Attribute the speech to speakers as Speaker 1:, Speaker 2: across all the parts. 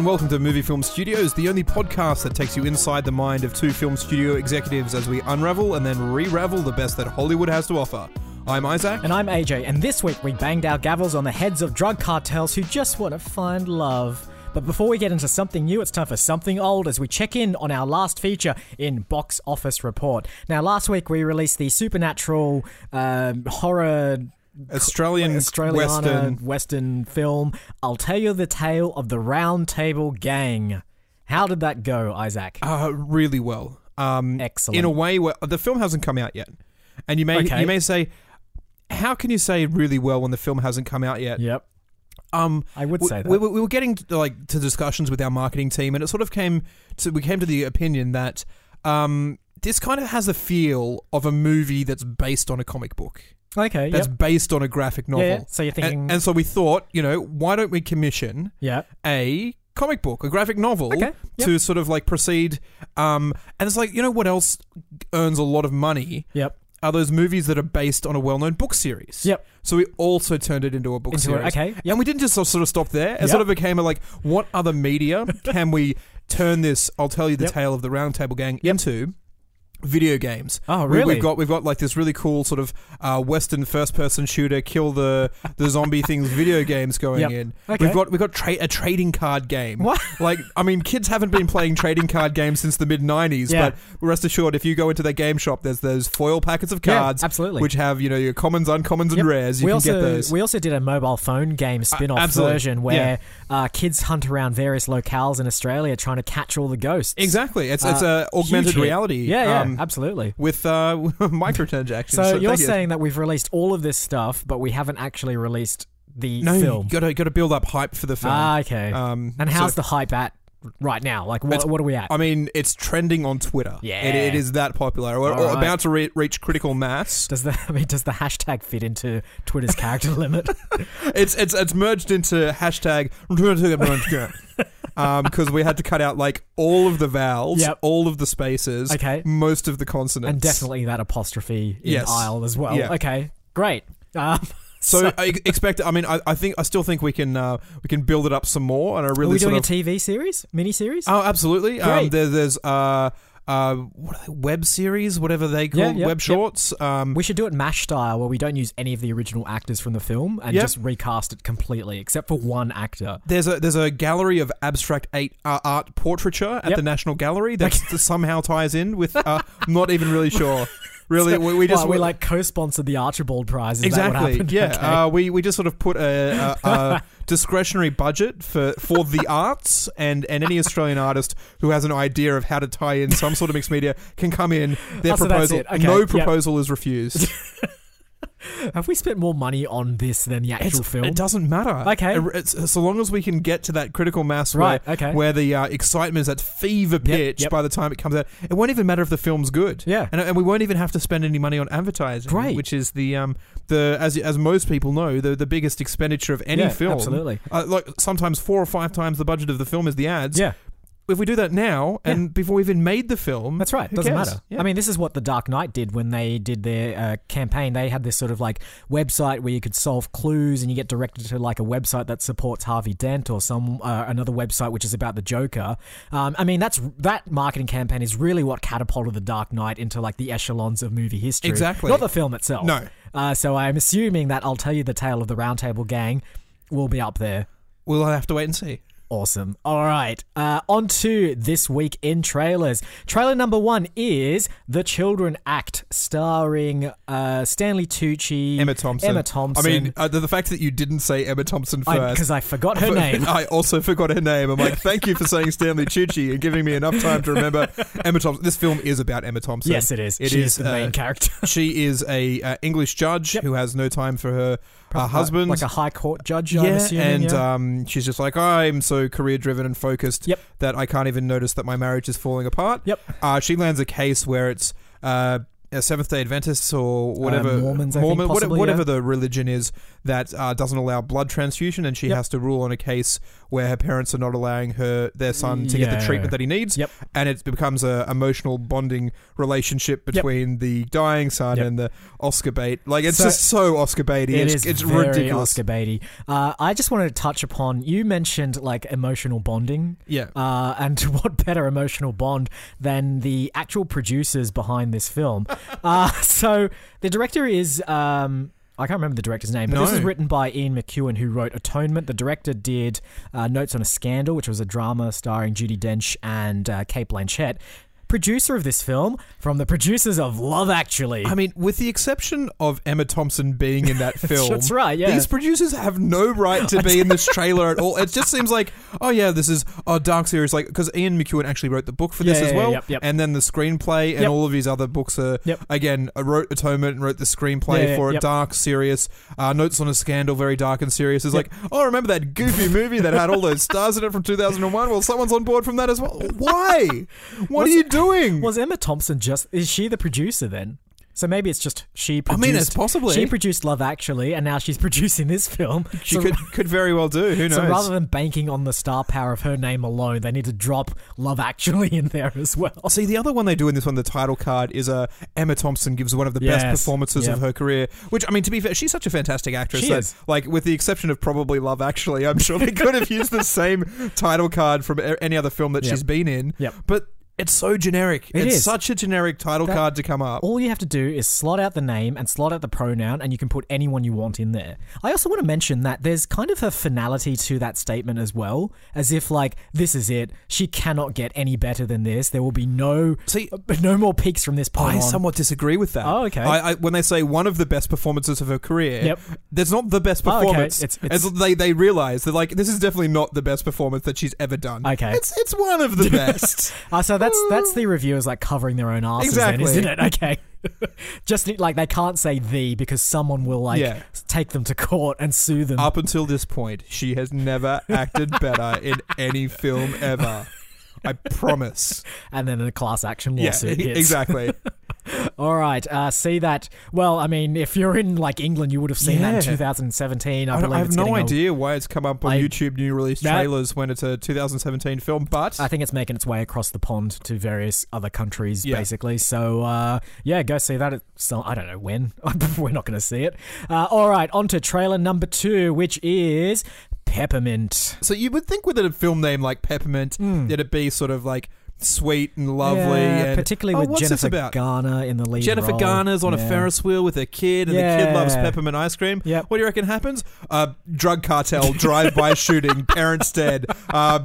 Speaker 1: Welcome to Movie Film Studios, the only podcast that takes you inside the mind of two film studio executives as we unravel and then re-ravel the best that Hollywood has to offer. I'm Isaac.
Speaker 2: And I'm AJ, and this week we banged our gavels on the heads of drug cartels who just want to find love. But before we get into something new, it's time for something old as we check in on our last feature in Box Office Report. Now, last week we released the supernatural um, horror
Speaker 1: Australian
Speaker 2: Australiana
Speaker 1: Western.
Speaker 2: Western film, I'll Tell You the Tale of the Round Table Gang. How did that go, Isaac?
Speaker 1: Uh, really well. Um,
Speaker 2: Excellent.
Speaker 1: in a way where the film hasn't come out yet. And you may
Speaker 2: Okay.
Speaker 1: you may say, how can you say really well when the film hasn't come out yet?
Speaker 2: yep,
Speaker 1: Um,
Speaker 2: I would
Speaker 1: we,
Speaker 2: say that.
Speaker 1: we, were- we were getting like to discussions with our marketing team, and it sort of came to we came to the opinion that um, this kind of has a feel of a movie that's based on a comic book,
Speaker 2: okay,
Speaker 1: that's
Speaker 2: yep.
Speaker 1: based on a graphic
Speaker 2: Yeah,
Speaker 1: novel.
Speaker 2: yeah. So you're thinking,
Speaker 1: and, and so we thought, you know, why don't we commission
Speaker 2: yeah,
Speaker 1: a comic book, a graphic novel,
Speaker 2: Okay, yep.
Speaker 1: to sort of like proceed? Um, and it's like, you know, what else earns a lot of money?
Speaker 2: yep,
Speaker 1: Are those movies that are based on a well-known book series?
Speaker 2: yep.
Speaker 1: So we also turned it into a book
Speaker 2: Into
Speaker 1: series.
Speaker 2: it. Okay, yep.
Speaker 1: And we didn't just sort of stop there. It
Speaker 2: Yep.
Speaker 1: sort of became a like, what other media can we turn this? I'll tell you the
Speaker 2: Yep.
Speaker 1: tale of the Round Table Gang into video games.
Speaker 2: Oh,
Speaker 1: We-
Speaker 2: really?
Speaker 1: We've got we've got like this really cool sort of uh, Western first person shooter, kill the the zombie things video games going
Speaker 2: Yep.
Speaker 1: in.
Speaker 2: Okay.
Speaker 1: We've got we've got tra- a trading card game.
Speaker 2: What?
Speaker 1: Like I mean, kids haven't been playing trading card games since the mid '90s.
Speaker 2: Yeah.
Speaker 1: But rest assured, if you go into their game shop, there's those foil packets of
Speaker 2: Yeah,
Speaker 1: cards,
Speaker 2: absolutely.
Speaker 1: which have you know your commons, uncommons,
Speaker 2: Yep.
Speaker 1: and rares. You
Speaker 2: we
Speaker 1: can
Speaker 2: also
Speaker 1: get those.
Speaker 2: we also did a mobile phone game spin-off
Speaker 1: absolutely.
Speaker 2: version where uh, kids hunt around various locales in Australia trying to catch all the ghosts.
Speaker 1: Exactly. It's it's
Speaker 2: Uh,
Speaker 1: a augmented
Speaker 2: Huge hit.
Speaker 1: reality.
Speaker 2: Yeah, yeah,
Speaker 1: um,
Speaker 2: absolutely.
Speaker 1: with uh, microtransactions.
Speaker 2: So, you're
Speaker 1: thank you.
Speaker 2: saying that we've released all of this stuff, but we haven't actually released the
Speaker 1: no?
Speaker 2: film.
Speaker 1: You gotta gotta build up hype for the film.
Speaker 2: Ah, okay.
Speaker 1: um,
Speaker 2: and how's
Speaker 1: so-
Speaker 2: the hype at right now? Like, what,
Speaker 1: It's-
Speaker 2: what are we at?
Speaker 1: I mean, it's trending on Twitter.
Speaker 2: Yeah.
Speaker 1: it, it is that popular. We're
Speaker 2: All right.
Speaker 1: about to re- reach critical mass.
Speaker 2: does the I mean, does the hashtag fit into Twitter's character limit?
Speaker 1: It's it's it's merged into hashtag because we had to cut out like all of the vowels,
Speaker 2: Yep.
Speaker 1: all of the spaces,
Speaker 2: Okay.
Speaker 1: most of the consonants,
Speaker 2: and definitely that apostrophe in
Speaker 1: Yes.
Speaker 2: aisle as well.
Speaker 1: Yeah.
Speaker 2: Okay, great. Um,
Speaker 1: So, I ex- expect. I mean, I, I think I still think we can uh, we can build it up some more, and I
Speaker 2: are
Speaker 1: really
Speaker 2: we
Speaker 1: sort
Speaker 2: doing a
Speaker 1: of
Speaker 2: TV series, mini series?
Speaker 1: Oh, absolutely. Um,
Speaker 2: Great.
Speaker 1: there, there's uh, uh, what are they, web series, whatever they call
Speaker 2: Yeah,
Speaker 1: it,
Speaker 2: yep,
Speaker 1: web
Speaker 2: yep.
Speaker 1: shorts. Um,
Speaker 2: We should do it MASH style where we don't use any of the original actors from the film and
Speaker 1: Yep.
Speaker 2: just recast it completely except for one actor.
Speaker 1: there's a there's a gallery of abstract eight, uh, art portraiture at
Speaker 2: Yep.
Speaker 1: the National Gallery that s- somehow ties in with. Uh, I'm not even really sure. Really, we, we
Speaker 2: We
Speaker 1: just
Speaker 2: we like co-sponsored the Archibald Prize. Is That what
Speaker 1: exactly.
Speaker 2: happened?
Speaker 1: yeah,
Speaker 2: Okay.
Speaker 1: uh, we we just sort of put a, a, a discretionary budget for for the arts, and and any Australian artist who has an idea of how to tie in some sort of mixed media can come in. Their
Speaker 2: Oh, so that's
Speaker 1: proposal,
Speaker 2: it. Okay,
Speaker 1: no
Speaker 2: yep.
Speaker 1: proposal is refused.
Speaker 2: Have we spent more money on this than the actual
Speaker 1: It's-
Speaker 2: film?
Speaker 1: It doesn't matter.
Speaker 2: Okay.
Speaker 1: It- it's- so long as we can get to that critical mass
Speaker 2: Right,
Speaker 1: where,
Speaker 2: okay.
Speaker 1: where the uh, excitement is at fever pitch
Speaker 2: yep.
Speaker 1: by the time it comes out, it won't even matter if the film's good.
Speaker 2: Yeah.
Speaker 1: And, and we won't even have to spend any money on advertising.
Speaker 2: Great.
Speaker 1: Which is the, um, the as, as most people know, the, the biggest expenditure of any
Speaker 2: Yeah,
Speaker 1: film.
Speaker 2: absolutely.
Speaker 1: Uh, like sometimes four or five times the budget of the film is the ads.
Speaker 2: yeah,
Speaker 1: If we do that now and before we've even made the film,
Speaker 2: that's right.
Speaker 1: who
Speaker 2: Doesn't
Speaker 1: cares?
Speaker 2: matter.
Speaker 1: Yeah.
Speaker 2: I mean, this is what the Dark Knight did when they did their uh, campaign. They had this sort of like website where you could solve clues, and you get directed to like a website that supports Harvey Dent or some uh, another website which is about the Joker. Um, I mean, that's that marketing campaign is really what catapulted the Dark Knight into like the echelons of movie history.
Speaker 1: Exactly.
Speaker 2: Not the film itself.
Speaker 1: No.
Speaker 2: Uh, so I'm assuming that I'll tell you the tale of the Round Table Gang will be up there.
Speaker 1: we'll have to wait and see.
Speaker 2: Awesome. All right. Uh, on to this week in trailers. Trailer number one is The Children Act, starring uh, Stanley Tucci,
Speaker 1: Emma Thompson.
Speaker 2: Emma Thompson.
Speaker 1: I mean, uh, the, the fact that you didn't say Emma Thompson first.
Speaker 2: because I, forgot her name.
Speaker 1: I also forgot her name. I'm like, thank you for saying Stanley Tucci and giving me enough time to remember Emma Thompson. This film is about Emma Thompson.
Speaker 2: yes, it is.
Speaker 1: It is
Speaker 2: she is the
Speaker 1: uh,
Speaker 2: main character.
Speaker 1: She is a uh, English judge who has no time for her uh, husband.
Speaker 2: like a high court judge. I'm
Speaker 1: yeah,
Speaker 2: assuming,
Speaker 1: and
Speaker 2: yeah.
Speaker 1: Um, she's just like, I'm so career driven and focused
Speaker 2: Yep.
Speaker 1: that I can't even notice that my marriage is falling apart.
Speaker 2: Yep.
Speaker 1: Uh, she lands a case where it's uh, uh, Seventh Day Adventists or whatever
Speaker 2: Uh, Mormons, I think,
Speaker 1: whate-
Speaker 2: possibly,
Speaker 1: whatever
Speaker 2: yeah.
Speaker 1: the religion is that uh, doesn't allow blood transfusion, and she
Speaker 2: Yep.
Speaker 1: has to rule on a case where her parents are not allowing her their son to get the
Speaker 2: Yeah.
Speaker 1: treatment that he needs,
Speaker 2: Yep.
Speaker 1: and it becomes a emotional bonding relationship between the dying son
Speaker 2: Yep.
Speaker 1: and the Oscar bait. Like it's
Speaker 2: So-
Speaker 1: just so Oscar baity.
Speaker 2: It
Speaker 1: it's
Speaker 2: is
Speaker 1: it's
Speaker 2: very
Speaker 1: ridiculous.
Speaker 2: Oscar baity. Uh, I just wanted to touch upon you mentioned like emotional bonding.
Speaker 1: Yeah.
Speaker 2: Uh, and what better emotional bond than the actual producers behind this film? uh, so the director is. Um, I can't remember the director's name, but this
Speaker 1: No.
Speaker 2: is written by Ian McEwan, who wrote Atonement. The director did uh, Notes on a Scandal, which was a drama starring Judy Dench and uh, Kate Blanchett. Producer of this film from the producers of Love Actually.
Speaker 1: I mean, with the exception of Emma Thompson being in that film,
Speaker 2: That's right, yeah.
Speaker 1: These producers have no right to be in this trailer at all. It just seems like, oh yeah, this is a dark series, like because Ian McEwan actually wrote the book for this
Speaker 2: Yeah,
Speaker 1: as
Speaker 2: yeah,
Speaker 1: well,
Speaker 2: yep, yep.
Speaker 1: and then the screenplay and
Speaker 2: Yep.
Speaker 1: all of his other books are
Speaker 2: Yep.
Speaker 1: again uh, wrote Atonement and wrote the screenplay
Speaker 2: Yeah, yeah,
Speaker 1: for a
Speaker 2: yep.
Speaker 1: dark, serious uh, Notes on a Scandal, very dark and serious. Is
Speaker 2: Yep.
Speaker 1: like, oh, remember that goofy movie that had all those stars in it from two thousand and one? Well, someone's on board from that as well. Why? What
Speaker 2: Was-
Speaker 1: are you doing?
Speaker 2: Was Emma Thompson just is she the producer then? So maybe it's just she
Speaker 1: I
Speaker 2: produced
Speaker 1: mean, it's possibly
Speaker 2: she produced Love Actually and now she's producing this film.
Speaker 1: She
Speaker 2: so,
Speaker 1: could could very well do. Who knows?
Speaker 2: so rather than banking on the star power of her name alone, they need to drop Love Actually in there as well.
Speaker 1: Oh, See, the other one they do in this one, the title card, is uh, Emma Thompson gives one of the best
Speaker 2: Yes.
Speaker 1: performances of
Speaker 2: Yep.
Speaker 1: her career. Which, I mean, to be fair, she's such a fantastic actress.
Speaker 2: She
Speaker 1: that,
Speaker 2: is.
Speaker 1: Like, with the exception of probably Love Actually, I'm sure they could have used the same title card from a- any other film that
Speaker 2: Yep.
Speaker 1: she's been in.
Speaker 2: Yep.
Speaker 1: But it's so generic.
Speaker 2: It
Speaker 1: it's
Speaker 2: is.
Speaker 1: such a generic title
Speaker 2: That-
Speaker 1: card to come up.
Speaker 2: All you have to do is slot out the name and slot out the pronoun, and you can put anyone you want in there. I also want to mention that there's kind of a finality to that statement as well, as if like this is it. She cannot get any better than this. There will be no
Speaker 1: See,
Speaker 2: no more peaks from this point
Speaker 1: I
Speaker 2: on.
Speaker 1: somewhat disagree with that.
Speaker 2: Oh, okay.
Speaker 1: I, I, when they say one of the best performances of her career,
Speaker 2: Yep.
Speaker 1: that's not the best
Speaker 2: Oh, okay.
Speaker 1: performance.
Speaker 2: It's- it's-
Speaker 1: As they they realize that like this is definitely not the best performance that she's ever done.
Speaker 2: Okay.
Speaker 1: it's it's one of the best.
Speaker 2: Uh, so that's that's the reviewers like covering their own asses,
Speaker 1: Ah. Exactly.
Speaker 2: then, isn't it? Okay, just need- like they can't say the because someone will like
Speaker 1: Yeah.
Speaker 2: take them to court and sue them.
Speaker 1: Up until this point, she has never acted better in any film ever. I promise.
Speaker 2: and then a class action lawsuit.
Speaker 1: yeah, e-
Speaker 2: hits.
Speaker 1: exactly.
Speaker 2: All right, uh, see that. Well, I mean, if you're in like England, you would have seen that in
Speaker 1: Yeah.
Speaker 2: 2017. I,
Speaker 1: I, don't-
Speaker 2: believe
Speaker 1: I have
Speaker 2: it's
Speaker 1: no
Speaker 2: getting a-
Speaker 1: idea why it's come up on
Speaker 2: I-
Speaker 1: YouTube new release
Speaker 2: That-
Speaker 1: trailers when it's a 2017 film, but
Speaker 2: I think it's making its way across the pond to various other countries,
Speaker 1: Yeah.
Speaker 2: basically. So, uh, yeah, go see that. At some, I don't know when. We're not going to see it. Uh, all right, on to trailer number two, which is Peppermint.
Speaker 1: So you would think with a film name like Peppermint, that it'd be sort of like sweet and lovely,
Speaker 2: Mm. Hmm. Yeah,
Speaker 1: and
Speaker 2: particularly
Speaker 1: "Oh,
Speaker 2: with
Speaker 1: what's this
Speaker 2: Jennifer
Speaker 1: about?"
Speaker 2: Garner in the lead.
Speaker 1: Jennifer
Speaker 2: role.
Speaker 1: Garner's on
Speaker 2: Yeah.
Speaker 1: a Ferris wheel with her kid, and the kid loves
Speaker 2: Yeah.
Speaker 1: peppermint ice cream.
Speaker 2: Yep.
Speaker 1: What do you reckon happens? Uh, drug cartel, drive-by shooting, parents dead, uh,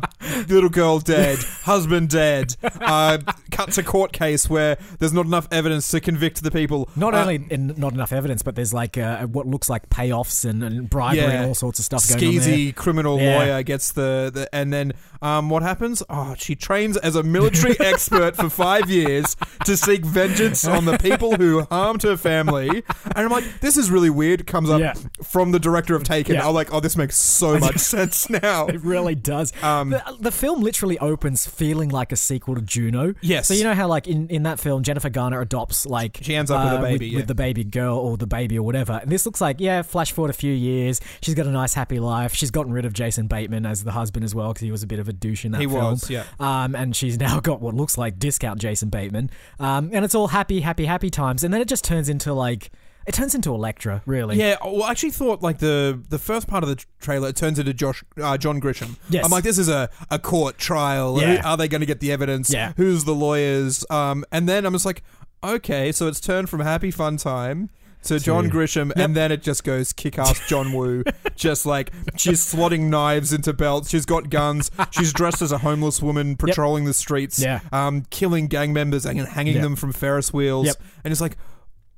Speaker 1: little girl dead, husband dead. Uh, cuts a court case where there's not enough evidence to convict the people.
Speaker 2: Not
Speaker 1: Uh,
Speaker 2: only in not enough evidence, but there's like uh, what looks like payoffs and, and bribery
Speaker 1: Yeah.
Speaker 2: and all sorts of stuff going on. There.
Speaker 1: skeezy criminal
Speaker 2: Yeah.
Speaker 1: lawyer gets the, the and then um, what happens oh she trains as a military expert for five years to seek vengeance on the people who harmed her family and i'm like this is really weird comes up
Speaker 2: Yeah.
Speaker 1: from the director of taken
Speaker 2: Yeah.
Speaker 1: i'm like oh this makes so much sense now
Speaker 2: It really does.
Speaker 1: Um,
Speaker 2: the, the film literally opens feeling like a sequel to Juno.
Speaker 1: Yes.
Speaker 2: So you know how like in, in that film Jennifer Garner adopts like uh,
Speaker 1: She ends up with a baby,
Speaker 2: with,
Speaker 1: yeah.
Speaker 2: the baby girl or the baby or whatever. And this looks like yeah, flash forward a few years, she's got a nice happy life. She's gotten rid of Jason Bateman as the husband as well because he was a bit of a douche in that
Speaker 1: he
Speaker 2: film.
Speaker 1: was yeah
Speaker 2: Um, and she's now got what looks like discount Jason Bateman. Um, and it's all happy, happy, happy times. And then it just turns into like, it turns into Electra, really.
Speaker 1: yeah, well, I actually thought like the the first part of the trailer it turns into Josh uh, John Grisham.
Speaker 2: Yes.
Speaker 1: I'm like, this is a, a court trial. Who-
Speaker 2: Yeah.
Speaker 1: Are they going to get the evidence?
Speaker 2: Yeah.
Speaker 1: Who's the lawyers? Um, and then I'm just like, okay, so it's turned from happy fun time. to John Grisham, and then it just goes kick ass John Woo. just like she's slotting knives into belts, she's got guns, she's dressed as a homeless woman patrolling the streets,
Speaker 2: Yeah.
Speaker 1: um, killing gang members and hanging
Speaker 2: Yep.
Speaker 1: them from Ferris wheels.
Speaker 2: Yep.
Speaker 1: And it's like,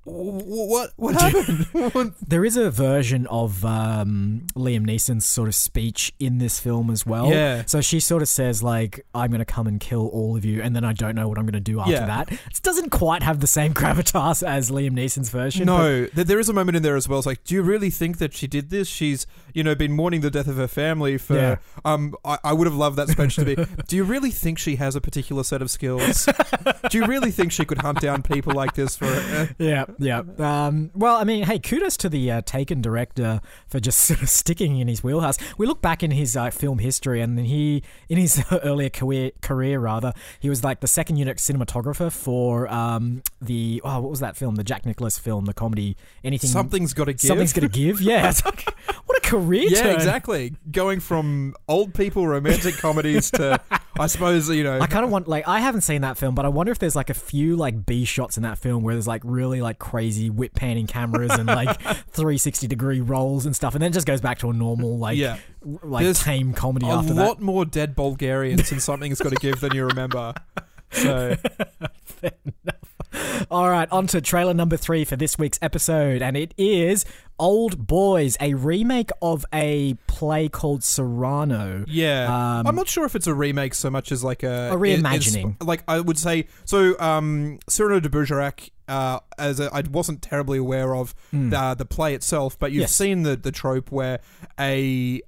Speaker 1: w- what what happened?
Speaker 2: There is a version of um, Liam Neeson's sort of speech in this film as well.
Speaker 1: Yeah.
Speaker 2: So she sort of says like, "I'm going to come and kill all of you," and then I don't know what I'm going to do after
Speaker 1: Yeah.
Speaker 2: that. It doesn't quite have the same gravitas as Liam Neeson's version. but-
Speaker 1: no, th- there is a moment in there as well. It's like, do you really think that she did this? She's, you know, been mourning the death of her family for.
Speaker 2: Yeah.
Speaker 1: Um, I, I would have loved that speech to be. Do you really think she has a particular set of skills? do you really think she could hunt down people like this for? Uh,
Speaker 2: Yeah, yeah. Um, well, I mean, hey, kudos to the uh, Taken director for just sort of sticking in his wheelhouse. We look back in his uh, film history, and he, in his earlier career, career rather, he was like the second unit cinematographer for um, the oh, what was that film? The Jack Nicholas film, the comedy, anything.
Speaker 1: something's got to give.
Speaker 2: Something's gonna give. Yeah. It's like, what a career
Speaker 1: yeah,
Speaker 2: turn.
Speaker 1: exactly. Going from old people romantic comedies to, I suppose, you know,
Speaker 2: I kind of want like I haven't seen that film, but I wonder if there's like a few like B shots in that film where there's like really like crazy whip panning cameras and like 360 degree rolls and stuff, and then it just goes back to a normal like
Speaker 1: Yeah.
Speaker 2: w- like
Speaker 1: There's
Speaker 2: tame comedy
Speaker 1: a
Speaker 2: after
Speaker 1: lot more dead Bulgarians in something's got to give than you remember. So
Speaker 2: that. All right, on to trailer number three for this week's episode, and it is Old Boys, a remake of a play called Serrano.
Speaker 1: yeah,
Speaker 2: Um,
Speaker 1: I'm not sure if it's a remake so much as like a
Speaker 2: A
Speaker 1: it-
Speaker 2: reimagining.
Speaker 1: it's- like I would say, so um, Cyrano de Bergerac. Uh, as a, I wasn't terribly aware of the, the play itself, but you've
Speaker 2: Hmm. Yes.
Speaker 1: seen the the trope where a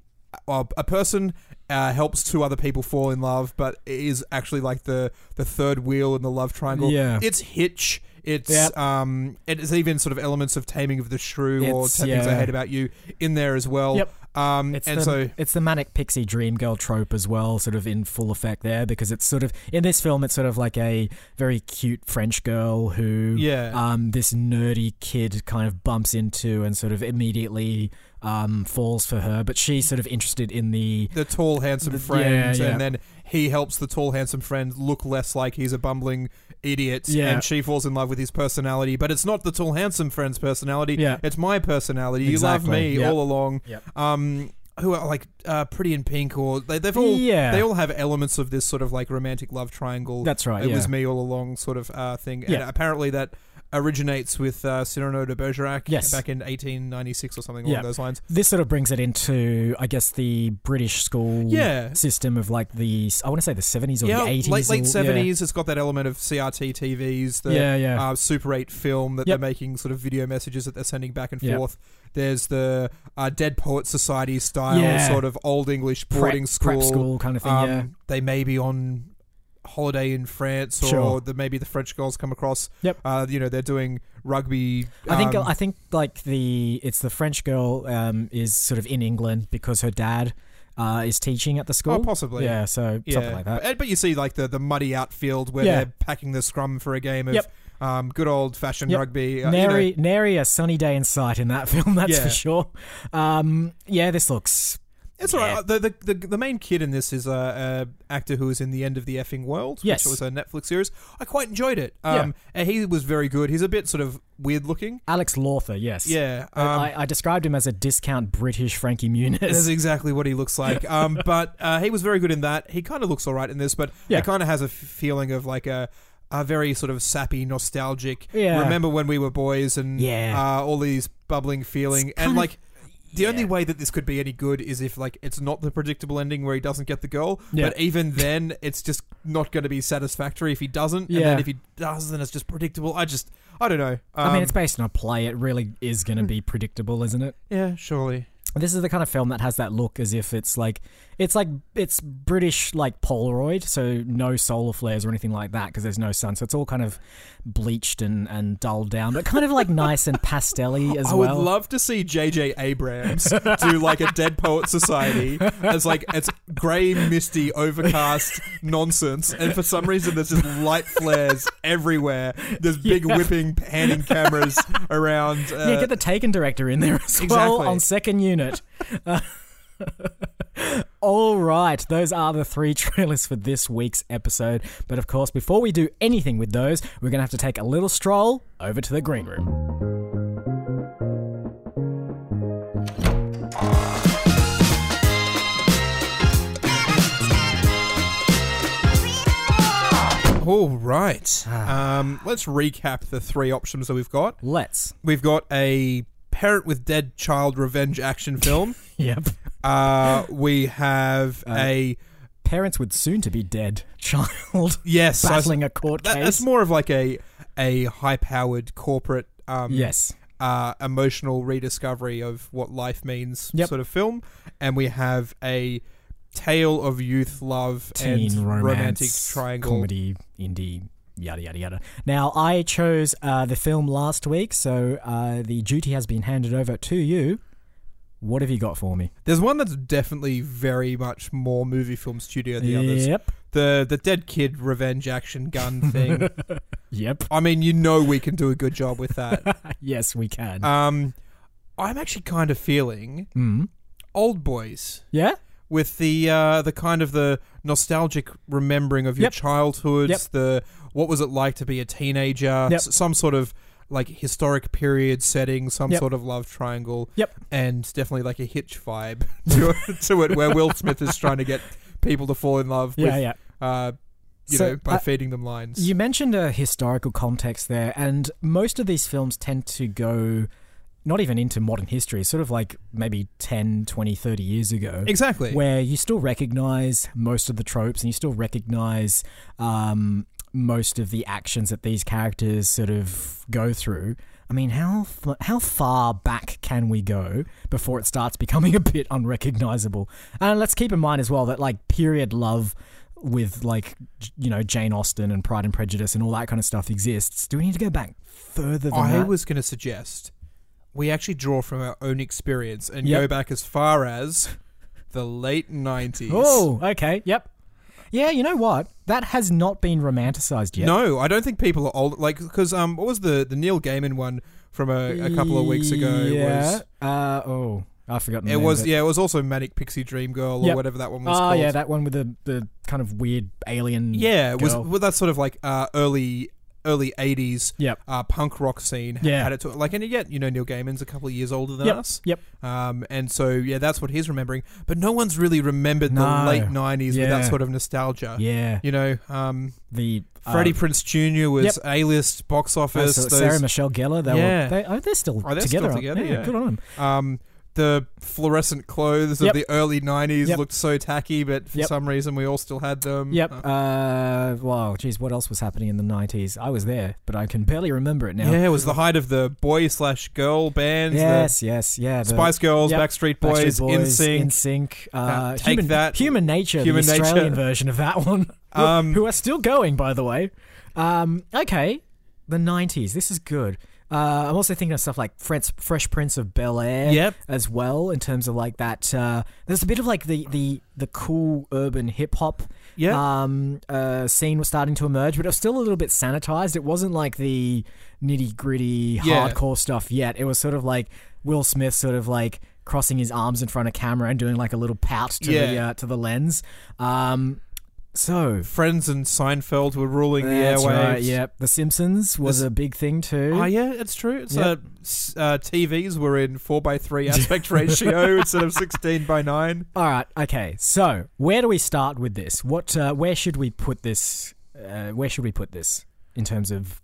Speaker 1: a, a person. Uh, helps two other people fall in love, but is actually like the the third wheel in the love triangle.
Speaker 2: Yeah.
Speaker 1: it's Hitch. It's
Speaker 2: Yep.
Speaker 1: um, it is even sort of elements of Taming of the Shrew or
Speaker 2: It's-
Speaker 1: Ten Things I
Speaker 2: yeah.
Speaker 1: Hate About You in there as well.
Speaker 2: Yep.
Speaker 1: Um,
Speaker 2: It's
Speaker 1: and
Speaker 2: the,
Speaker 1: so
Speaker 2: it's the manic pixie dream girl trope as well, sort of in full effect there, because it's sort of in this film, it's sort of like a very cute French girl who,
Speaker 1: Yeah.
Speaker 2: um, this nerdy kid kind of bumps into and sort of immediately um, falls for her, but she's sort of interested in the
Speaker 1: the tall handsome
Speaker 2: The-
Speaker 1: friend,
Speaker 2: yeah, yeah.
Speaker 1: and then he helps the tall handsome friend look less like he's a bumbling idiot,
Speaker 2: Yeah.
Speaker 1: and she falls in love with his personality. But it's not the tall handsome friend's personality;
Speaker 2: Yeah.
Speaker 1: it's my personality. You love
Speaker 2: Exactly.
Speaker 1: me
Speaker 2: Yep.
Speaker 1: all along.
Speaker 2: Yep.
Speaker 1: Um, who are like uh, pretty in pink, or they, they've all
Speaker 2: Yeah.
Speaker 1: they all have elements of this sort of like romantic love triangle.
Speaker 2: That's right,
Speaker 1: It
Speaker 2: yeah.
Speaker 1: was me all along sort of uh, thing, and
Speaker 2: Yeah.
Speaker 1: apparently that. Originates with uh, Cyrano de Bergerac
Speaker 2: Yes.
Speaker 1: back in 1896 or something along
Speaker 2: Yeah.
Speaker 1: those lines.
Speaker 2: this sort of brings it into, I guess, the British school
Speaker 1: Yeah.
Speaker 2: system of like the I want to say the seventies or
Speaker 1: yeah,
Speaker 2: the eighties,
Speaker 1: late late seventies. It's got that element of CRT TVs, the
Speaker 2: Yeah, yeah.
Speaker 1: Uh, Super Eight film that
Speaker 2: Yep.
Speaker 1: they're making sort of video messages that they're sending back and
Speaker 2: Yep.
Speaker 1: forth. There's the uh, Dead Poet Society style
Speaker 2: Yeah.
Speaker 1: sort of old English boarding
Speaker 2: prep,
Speaker 1: school.
Speaker 2: prep school kind of thing.
Speaker 1: Um,
Speaker 2: yeah,
Speaker 1: They may be on holiday in France, or
Speaker 2: Sure.
Speaker 1: the, maybe the French girls come across.
Speaker 2: Yep.
Speaker 1: Uh, you know they're doing rugby.
Speaker 2: I think uh,
Speaker 1: um,
Speaker 2: I think like the it's the French girl um, is sort of in England because her dad uh, is teaching at the school.
Speaker 1: Oh, possibly.
Speaker 2: Yeah, so something like that.
Speaker 1: But, but you see, like the, the muddy outfield where
Speaker 2: Yeah.
Speaker 1: they're packing the scrum for a game of
Speaker 2: Yep.
Speaker 1: um, good old fashioned
Speaker 2: Yep.
Speaker 1: rugby. uh, you know.
Speaker 2: nary, nary a sunny day in sight in that film. That's
Speaker 1: Yeah.
Speaker 2: for sure. Um, yeah, this looks.
Speaker 1: It's all right.
Speaker 2: Yeah.
Speaker 1: Uh, The, the the the main kid in this is a, a actor who was in the end of the effing world,
Speaker 2: Yes.
Speaker 1: which was a Netflix series. I quite enjoyed it. Um, and he was very good. He's a bit sort of weird looking.
Speaker 2: Alex Lawther, yes.
Speaker 1: Yeah,
Speaker 2: I-
Speaker 1: um,
Speaker 2: I, I described him as a discount British Frankie
Speaker 1: that's
Speaker 2: Muniz.
Speaker 1: exactly what he looks like. Um, but uh, he was very good in that. He kind of looks all right in this, but
Speaker 2: Yeah.
Speaker 1: it kind of has a f- feeling of like a. A very sort of sappy, nostalgic.
Speaker 2: Yeah.
Speaker 1: Remember when we were boys and
Speaker 2: Yeah.
Speaker 1: uh, all these bubbling feeling and
Speaker 2: kind
Speaker 1: like the only
Speaker 2: yeah.
Speaker 1: way that this could be any good is if like it's not the predictable ending where he doesn't get the girl.
Speaker 2: Yeah.
Speaker 1: But even then, it's just not going to be satisfactory if he doesn't. And
Speaker 2: Yeah.
Speaker 1: then if he does, then it's just predictable. I just I don't know. Um, Hmm.
Speaker 2: I mean, it's based on a play. It really is going to be predictable, isn't it?
Speaker 1: yeah, surely.
Speaker 2: This is the kind of film that has that look as if it's like it's like it's British like Polaroid, so no solar flares or anything like that because there's no sun, so it's all kind of bleached and and dulled down, but kind of like nice and pastelly as
Speaker 1: I
Speaker 2: well.
Speaker 1: would love to see J.J. Abrams do like a Dead Poet Society as like it's grey, misty, overcast nonsense, and for some reason there's just light flares everywhere. There's big whipping, panning cameras around. Uh,
Speaker 2: yeah, get the Taken director in there as well
Speaker 1: Exactly.
Speaker 2: on second unit. Uh, All right, those are the three trailers for this week's episode. But of course, before we do anything with those, we're going to have to take a little stroll over to the green room.
Speaker 1: All right. uh, Um, let's recap the three options that we've got.
Speaker 2: Let's.
Speaker 1: We've got a parent with dead child revenge action film.
Speaker 2: Yep.
Speaker 1: uh, we have
Speaker 2: Uh,
Speaker 1: a
Speaker 2: Parents would soon to be dead. Child
Speaker 1: yes, I-
Speaker 2: battling a court
Speaker 1: that- that's
Speaker 2: case.
Speaker 1: more of like a a high powered corporate um,
Speaker 2: Yes.
Speaker 1: uh, emotional rediscovery of what life means
Speaker 2: Yep.
Speaker 1: sort of film, and we have a tale of youth love
Speaker 2: Teen
Speaker 1: and
Speaker 2: romance,
Speaker 1: romantic triangle.
Speaker 2: comedy, indie, yada yada yada. Now I chose uh, the film last week, so uh, the duty has been handed over to you. What have you got for me?
Speaker 1: There's one that's definitely very much more movie film studio than the others.
Speaker 2: Yep.
Speaker 1: The the dead kid revenge action gun thing.
Speaker 2: Yep.
Speaker 1: I mean, you know we can do a good job with that.
Speaker 2: yes, we can.
Speaker 1: Um, I'm actually kind of feeling
Speaker 2: mm.
Speaker 1: old boys.
Speaker 2: Yeah.
Speaker 1: with the uh, the kind of the nostalgic remembering of your
Speaker 2: Yep.
Speaker 1: childhoods,
Speaker 2: Yep.
Speaker 1: the what was it like to be a teenager,
Speaker 2: Yep.
Speaker 1: s- some sort of like historic period setting, some
Speaker 2: Yep.
Speaker 1: sort of love triangle,
Speaker 2: Yep.
Speaker 1: and definitely like a hitch vibe to, to it, where Will Smith is trying to get people to fall in love
Speaker 2: Yeah.
Speaker 1: with,
Speaker 2: yeah.
Speaker 1: Uh, you
Speaker 2: So,
Speaker 1: know, by
Speaker 2: uh,
Speaker 1: feeding them lines.
Speaker 2: You mentioned a historical context there, and most of these films tend to go not even into modern history, sort of like maybe 10, 20, 30 years ago.
Speaker 1: exactly.
Speaker 2: where you still recognize most of the tropes and you still recognize um, most of the actions that these characters sort of go through. I mean, how f- how far back can we go before it starts becoming a bit unrecognizable? And let's keep in mind as well that like period love with like j- you know Jane Austen and Pride and Prejudice and all that kind of stuff exists. Do we need to go back further than
Speaker 1: I
Speaker 2: that?
Speaker 1: was going to suggest we actually draw from our own experience and
Speaker 2: Yep.
Speaker 1: go back as far as the late 90s.
Speaker 2: oh, okay, yep. Yeah, you know what? That has not been romanticized yet.
Speaker 1: No, I don't think people are old. Like, because um, what was the the Neil Gaiman one from a, a couple of weeks ago?
Speaker 2: Yeah.
Speaker 1: Was,
Speaker 2: uh, oh, I forgot.
Speaker 1: it was yeah, it was also Manic Pixie Dream Girl or
Speaker 2: Yep.
Speaker 1: whatever that one was
Speaker 2: Oh
Speaker 1: called.
Speaker 2: yeah, that one with the the kind of weird alien.
Speaker 1: yeah, it was
Speaker 2: girl.
Speaker 1: well, that's sort of like uh, early early eighties
Speaker 2: Yep.
Speaker 1: uh, punk rock scene ha-
Speaker 2: Yeah.
Speaker 1: had it to like, and yet you know Neil Gaiman's a couple of years older than
Speaker 2: Yep.
Speaker 1: us,
Speaker 2: Yep.
Speaker 1: um, and so yeah, that's what he's remembering. But no one's really remembered
Speaker 2: No.
Speaker 1: the late nineties with that
Speaker 2: Yeah.
Speaker 1: sort of nostalgia.
Speaker 2: Yeah.
Speaker 1: You know, um,
Speaker 2: The uh,
Speaker 1: Freddie Prince Jr. was
Speaker 2: yep.
Speaker 1: A list box
Speaker 2: oh,
Speaker 1: office.
Speaker 2: so
Speaker 1: those-
Speaker 2: Sarah Michelle Gellar. They
Speaker 1: Yeah.
Speaker 2: were. They, oh, they're still
Speaker 1: Oh, they're still
Speaker 2: together. aren't-
Speaker 1: together, yeah.
Speaker 2: Good on them.
Speaker 1: Um, the fluorescent clothes
Speaker 2: Yep.
Speaker 1: of the early 90s
Speaker 2: Yep.
Speaker 1: looked so tacky, but for
Speaker 2: Yep.
Speaker 1: some reason we all still had them.
Speaker 2: Yep.
Speaker 1: Uh,
Speaker 2: Uh, wow. Geez, what else was happening in the nineties? I was there, but I can barely remember it now.
Speaker 1: yeah, it was the height of the boy slash girl bands.
Speaker 2: Yes. Yes. Yeah.
Speaker 1: The
Speaker 2: the
Speaker 1: Spice Girls,
Speaker 2: Yep.
Speaker 1: Backstreet
Speaker 2: Backstreet
Speaker 1: Boys,
Speaker 2: Boys,
Speaker 1: NSYNC.
Speaker 2: NSYNC, Uh,
Speaker 1: Uh, Take
Speaker 2: human,
Speaker 1: That,
Speaker 2: Human Nature,
Speaker 1: Human
Speaker 2: the
Speaker 1: Nature.
Speaker 2: Australian version of that one. Who-
Speaker 1: Um,
Speaker 2: who are still going, by the way. Um, okay, the '90s. This is good. Uh, I'm also thinking of stuff like Fresh, Fresh Prince of Bel Air,
Speaker 1: Yep.
Speaker 2: as well. In terms of like that, uh, there's a bit of like the the the cool urban hip hop
Speaker 1: Yeah.
Speaker 2: um, uh, scene was starting to emerge, but it was still a little bit sanitized. It wasn't like the nitty gritty
Speaker 1: Yeah.
Speaker 2: hardcore stuff yet. It was sort of like Will Smith, sort of like crossing his arms in front of camera and doing like a little pout to the
Speaker 1: Yeah.
Speaker 2: uh, to the lens. Um, so
Speaker 1: Friends and Seinfeld were ruling
Speaker 2: that's
Speaker 1: the airwaves.
Speaker 2: right. Yep, The Simpsons was
Speaker 1: This-
Speaker 2: a big thing too.
Speaker 1: Oh yeah, it's true. It's
Speaker 2: Yep.
Speaker 1: uh, s- uh, TVs were in four by three aspect ratio instead of sixteen by nine.
Speaker 2: All right. Okay. So where do we start with this? What? Uh, where should we put this? Uh, where should we put this in terms of?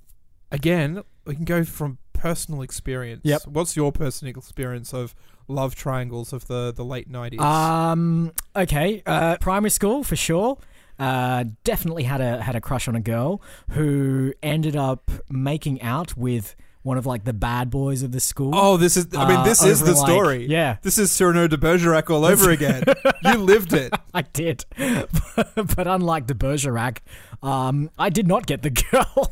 Speaker 1: Again, we can go from personal experience.
Speaker 2: Yep.
Speaker 1: What's your personal experience of love triangles of the the late nineties?
Speaker 2: Um. Okay. Uh, primary school for sure. Uh, definitely had a had a crush on a girl who ended up making out with one of like the bad boys of the school.
Speaker 1: Oh, this is. I mean,
Speaker 2: uh,
Speaker 1: this is
Speaker 2: over,
Speaker 1: the
Speaker 2: like-
Speaker 1: story.
Speaker 2: yeah.
Speaker 1: This is Cyrano de Bergerac all over again. you lived it.
Speaker 2: I did, but unlike de Bergerac, um, I did not get the girl.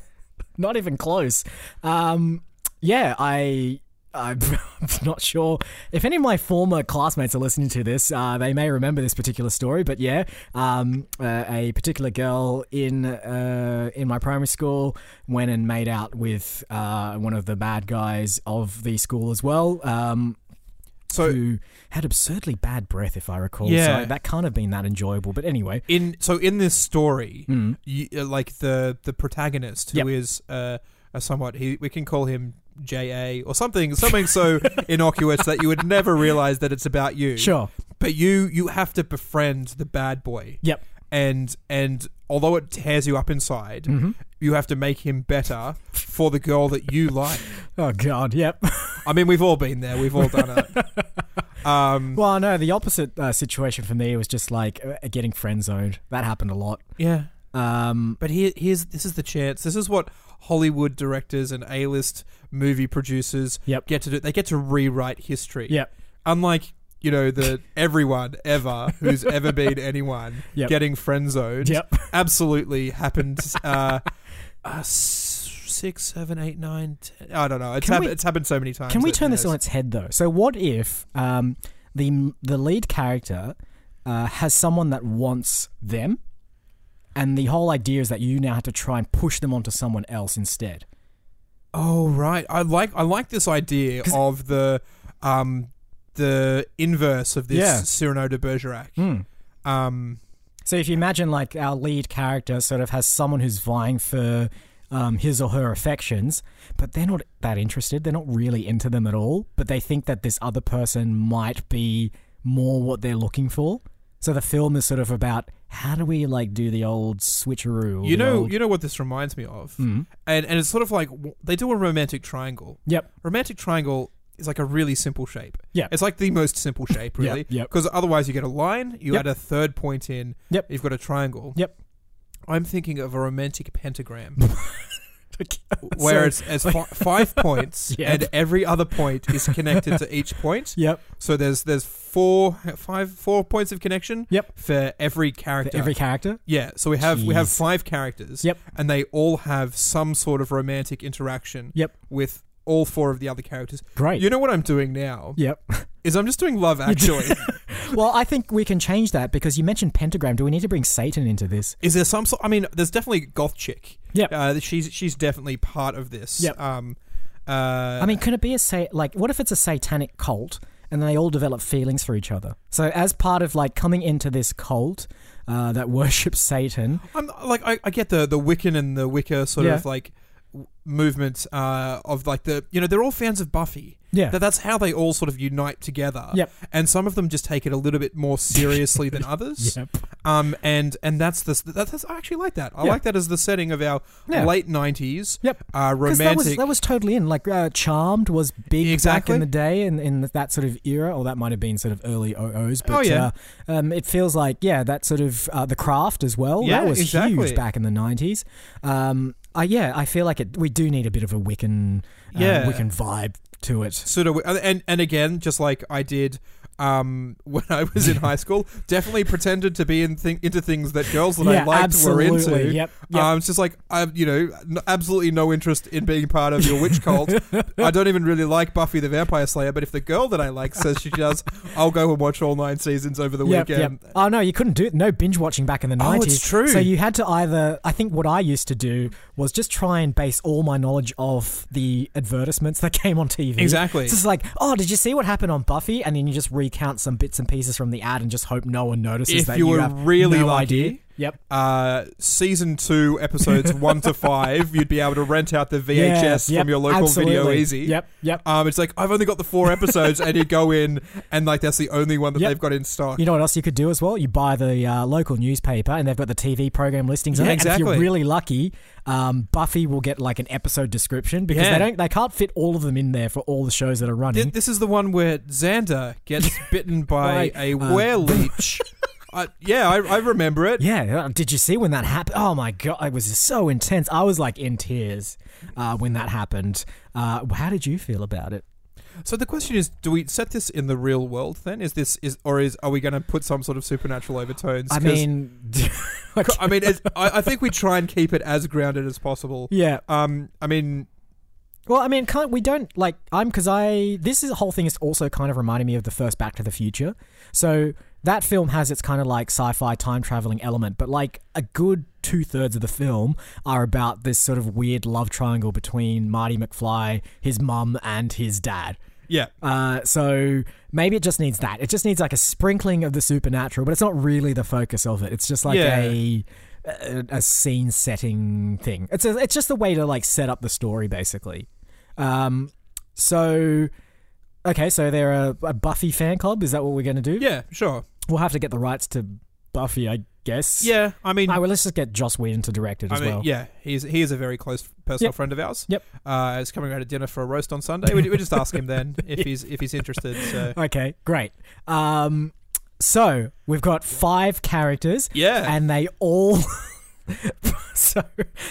Speaker 2: not even close. Um, yeah, I. I'm not sure if any of my former classmates are listening to this. Uh, they may remember this particular story, but yeah, um, uh, a particular girl in uh, in my primary school went and made out with uh, one of the bad guys of the school as well. Um,
Speaker 1: So
Speaker 2: who had absurdly bad breath, if I recall.
Speaker 1: Yeah.
Speaker 2: So that can't have been that enjoyable. But anyway,
Speaker 1: in so in this story, you, uh, like the the protagonist who
Speaker 2: Yep.
Speaker 1: is uh, a somewhat he we can call him J A or something something so innocuous that you would never realize that it's about you.
Speaker 2: sure.
Speaker 1: But you you have to befriend the bad boy.
Speaker 2: Yep.
Speaker 1: And and although it tears you up inside,
Speaker 2: Mhm.
Speaker 1: you have to make him better for the girl that you like.
Speaker 2: Oh god, yep.
Speaker 1: I mean, we've all been there. We've all done it. Um,
Speaker 2: well, no, the opposite uh, situation for me was just like uh, getting friend zoned. That happened a lot.
Speaker 1: yeah.
Speaker 2: Um,
Speaker 1: But here, here's this is the chance. This is what Hollywood directors and A-list movie producers
Speaker 2: Yep.
Speaker 1: get to do. They get to rewrite history.
Speaker 2: Yep.
Speaker 1: Unlike you know the everyone ever who's ever been anyone
Speaker 2: Yep.
Speaker 1: getting friend zoned.
Speaker 2: Yep.
Speaker 1: Absolutely happened. Uh, uh, s- six, seven, eight, nine. Ten, I don't know. It's,
Speaker 2: Can
Speaker 1: hap-
Speaker 2: we-
Speaker 1: it's happened so many times.
Speaker 2: Can we
Speaker 1: that
Speaker 2: turn
Speaker 1: who
Speaker 2: this
Speaker 1: knows?
Speaker 2: on its head though? So what if um, the the lead character uh, has someone that wants them, and the whole idea is that you now have to try and push them onto someone else instead.
Speaker 1: Oh right, I like I like this idea
Speaker 2: 'Cause-
Speaker 1: of the um the inverse of this
Speaker 2: Yeah. Hmm.
Speaker 1: Cyrano de Bergerac. Um,
Speaker 2: So if you imagine like our lead character sort of has someone who's vying for um, his or her affections, but they're not that interested. They're not really into them at all. But they think that this other person might be more what they're looking for. So the film is sort of about how do we like do the old switcheroo? or
Speaker 1: you
Speaker 2: the
Speaker 1: know,
Speaker 2: old-
Speaker 1: you know what this reminds me of,
Speaker 2: Mm.
Speaker 1: and and it's sort of like w- they do a romantic triangle.
Speaker 2: Yep.
Speaker 1: Romantic triangle is like a really simple shape.
Speaker 2: Yeah.
Speaker 1: it's like the most simple shape, really.
Speaker 2: yep.
Speaker 1: Because otherwise, you get a line, you
Speaker 2: Yep.
Speaker 1: add a third point in,
Speaker 2: Yep.
Speaker 1: you've got a triangle.
Speaker 2: Yep.
Speaker 1: I'm thinking of a romantic pentagram.
Speaker 2: So-
Speaker 1: where it's, it's fi- five points
Speaker 2: Yeah.
Speaker 1: and every other point is connected to each point.
Speaker 2: Yep.
Speaker 1: So there's there's four five four points of connection.
Speaker 2: Yep.
Speaker 1: For every character.
Speaker 2: For every character.
Speaker 1: yeah. So we have we have
Speaker 2: Jeez.
Speaker 1: five characters.
Speaker 2: Yep.
Speaker 1: And they all have some sort of romantic interaction.
Speaker 2: Yep.
Speaker 1: With all four of the other characters.
Speaker 2: Great.
Speaker 1: You know what I'm doing now
Speaker 2: Yep.
Speaker 1: is I'm just doing Love Actually.
Speaker 2: Well, I think we can change that because you mentioned pentagram. Do we need to bring Satan into this?
Speaker 1: is there some sort? I mean, there's definitely goth chick.
Speaker 2: Yep.
Speaker 1: Uh, she's she's definitely part of this.
Speaker 2: Yep.
Speaker 1: Um. Uh,
Speaker 2: I mean, could it be a say like what if it's a satanic cult and they all develop feelings for each other? So as part of like coming into this cult uh, that worships Satan,
Speaker 1: I'm like I, I get the the Wiccan and the Wicca sort
Speaker 2: Yeah.
Speaker 1: of like w- movement uh, of like the you know they're all fans of Buffy.
Speaker 2: yeah,
Speaker 1: That that's how they all sort of unite together.
Speaker 2: Yep.
Speaker 1: And some of them just take it a little bit more seriously than others.
Speaker 2: yep,
Speaker 1: Um. And and that's the that, that's I actually like that. I
Speaker 2: Yeah.
Speaker 1: like that as the setting of our
Speaker 2: Yeah.
Speaker 1: late '90s.
Speaker 2: Yep.
Speaker 1: Uh,
Speaker 2: because
Speaker 1: romantic.
Speaker 2: that was that was totally in like uh, Charmed was big back
Speaker 1: Exactly.
Speaker 2: in the day and in, that sort of era, or that might have been sort of early OOs, but
Speaker 1: Oh, yeah.
Speaker 2: uh, um, it feels like yeah, that sort of uh, the craft as well.
Speaker 1: Yeah,
Speaker 2: that was
Speaker 1: exactly.
Speaker 2: huge back in the nineties. Um, uh, yeah, I feel like it. We do need a bit of a Wiccan, um,
Speaker 1: Yeah.
Speaker 2: Wiccan vibe to it.
Speaker 1: sort of and and again just like I did um when I was in high school definitely pretended to be in thing into things that girls that
Speaker 2: yeah,
Speaker 1: I liked
Speaker 2: absolutely.
Speaker 1: were into
Speaker 2: Yep, yep.
Speaker 1: Um, it's just like I, you know, n- absolutely no interest in being part of your witch cult. I don't even really like Buffy the Vampire Slayer, but if the girl that I like says she does, I'll go and watch all nine seasons over the
Speaker 2: Yep,
Speaker 1: weekend.
Speaker 2: yep. Oh no, you couldn't do no binge watching back in the
Speaker 1: Oh, it's
Speaker 2: nineties.
Speaker 1: true.
Speaker 2: So you had to either. I think what I used to do was just try and base all my knowledge of the advertisements that came on TV.
Speaker 1: Exactly.
Speaker 2: It's just like, oh, did you see what happened on Buffy? And then you just recount some bits and pieces from the ad and just hope no one notices.
Speaker 1: If
Speaker 2: that
Speaker 1: you were
Speaker 2: have
Speaker 1: really
Speaker 2: no
Speaker 1: lucky.
Speaker 2: idea. Yep.
Speaker 1: Uh, season two, episodes one to five, you'd be able to rent out the
Speaker 2: Yeah,
Speaker 1: VHS
Speaker 2: yep,
Speaker 1: from your local Video
Speaker 2: absolutely.
Speaker 1: Easy.
Speaker 2: Yep. Yep.
Speaker 1: Um, it's like I've only got the four episodes, and you go in, and like that's the only one that
Speaker 2: Yep.
Speaker 1: they've got in stock.
Speaker 2: You know what else you could do as well? You buy the uh, local newspaper, and they've got the TV program listings. on
Speaker 1: Yeah,
Speaker 2: it. And if you're
Speaker 1: exactly.
Speaker 2: really lucky, um, Buffy will get like an episode description because
Speaker 1: Yeah.
Speaker 2: they don't, they can't fit all of them in there for all the shows that are
Speaker 1: Th-
Speaker 2: running.
Speaker 1: This is the one where Xander gets bitten by
Speaker 2: Right,
Speaker 1: a
Speaker 2: um,
Speaker 1: were leech. I, yeah, I, I remember it.
Speaker 2: yeah, uh, did you see when that happened? Oh my god, it was so intense. I was like in tears uh, when that happened. Uh, how did you feel about it?
Speaker 1: So the question is, do we set this in the real world? Then is this is or is are we going to put some sort of supernatural overtones?
Speaker 2: I
Speaker 1: 'Cause-
Speaker 2: mean,
Speaker 1: I mean, it's, I, I think we try and keep it as grounded as possible.
Speaker 2: yeah.
Speaker 1: Um, I mean,
Speaker 2: Well, I mean, can't we don't like I'm because I this is whole thing is also kind of reminding me of the first Back to the Future. So that film has its kind of like sci-fi time traveling element, but like a good two thirds of the film are about this sort of weird love triangle between Marty McFly, his mum, and his dad.
Speaker 1: yeah,
Speaker 2: Uh, so maybe it just needs that. It just needs like a sprinkling of the supernatural, but it's not really the focus of it. It's just like
Speaker 1: Yeah.
Speaker 2: a, a a scene setting thing. It's a, it's just a way to like set up the story basically. Um, so okay, so they're a, a Buffy fan club. Is that what we're gonna do?
Speaker 1: yeah, sure.
Speaker 2: We'll have to get the rights to Buffy, I guess.
Speaker 1: Yeah, I mean,
Speaker 2: Ah, well, let's just get Joss Whedon to direct it
Speaker 1: I
Speaker 2: as
Speaker 1: mean,
Speaker 2: well.
Speaker 1: yeah, he's he is a very close personal
Speaker 2: Yep.
Speaker 1: friend of ours.
Speaker 2: Yep.
Speaker 1: uh, is coming around to dinner for a roast on Sunday. We, we just ask him then if he's if he's interested. So
Speaker 2: Okay, great. Um, so we've got five characters,
Speaker 1: yeah,
Speaker 2: and they all. so,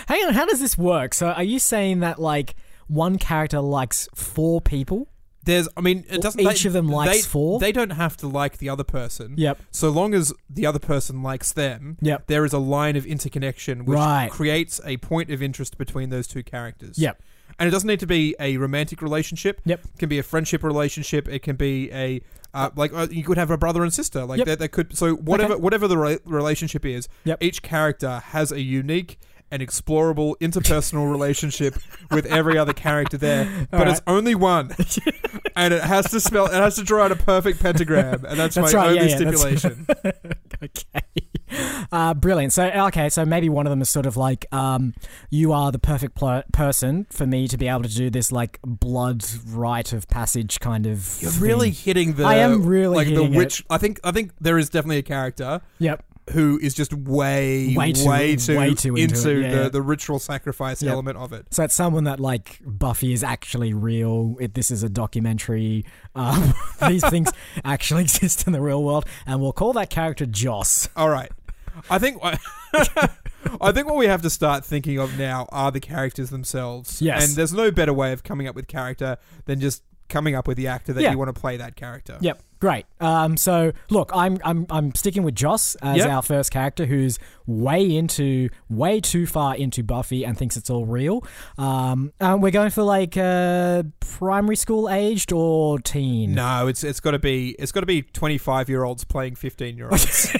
Speaker 2: hang on. How does this work? So, are you saying that like one character likes four people?
Speaker 1: there's I mean, it doesn't
Speaker 2: Each
Speaker 1: they-
Speaker 2: of them
Speaker 1: they,
Speaker 2: likes four?
Speaker 1: They don't have to like the other person.
Speaker 2: Yep.
Speaker 1: So long as the other person likes them,
Speaker 2: Yep.
Speaker 1: there is a line of interconnection which
Speaker 2: Right.
Speaker 1: creates a point of interest between those two characters.
Speaker 2: Yep.
Speaker 1: And it doesn't need to be a romantic relationship.
Speaker 2: Yep.
Speaker 1: It can be a friendship relationship. It can be a uh, like uh, you could have a brother and sister. Like
Speaker 2: Yep.
Speaker 1: that, that could so whatever
Speaker 2: Okay.
Speaker 1: whatever the re- relationship is.
Speaker 2: Yep.
Speaker 1: Each character has a unique and explorable interpersonal relationship with every other character there, but
Speaker 2: All
Speaker 1: it's only one, and it has to spell. It has to draw out a perfect pentagram, and that's,
Speaker 2: That's
Speaker 1: my
Speaker 2: right,
Speaker 1: only
Speaker 2: yeah, yeah, that's-
Speaker 1: stipulation.
Speaker 2: okay. Uh, brilliant. So, okay, so maybe one of them is sort of like, um, you are the perfect pl- person for me to be able to do this, like, blood rite of passage kind of.
Speaker 1: You're
Speaker 2: thing.
Speaker 1: really hitting the.
Speaker 2: I am really
Speaker 1: like the
Speaker 2: hitting it.
Speaker 1: witch. I think I think there is definitely a character
Speaker 2: Yep.
Speaker 1: who is just way
Speaker 2: Way
Speaker 1: way
Speaker 2: too-
Speaker 1: too,
Speaker 2: way too into
Speaker 1: into,
Speaker 2: it, yeah,
Speaker 1: the,
Speaker 2: yeah.
Speaker 1: the ritual sacrifice
Speaker 2: Yep.
Speaker 1: element of it.
Speaker 2: So it's someone that like Buffy is actually real. It, this is a documentary. Um, these things actually exist in the real world, and we'll call that character Joss.
Speaker 1: All right, I think. I think what we have to start thinking of now are the characters themselves.
Speaker 2: Yes.
Speaker 1: And there's no better way of coming up with character than just coming up with the actor that
Speaker 2: Yeah.
Speaker 1: you want to play that character.
Speaker 2: Yep. Great. Um, so look, I'm I'm I'm sticking with Joss as
Speaker 1: Yep.
Speaker 2: our first character, who's way into way too far into Buffy and thinks it's all real. Um, and we're going for like uh, primary school aged or teen.
Speaker 1: No, it's it's got to be it's got to be 25 year olds playing 15 year olds.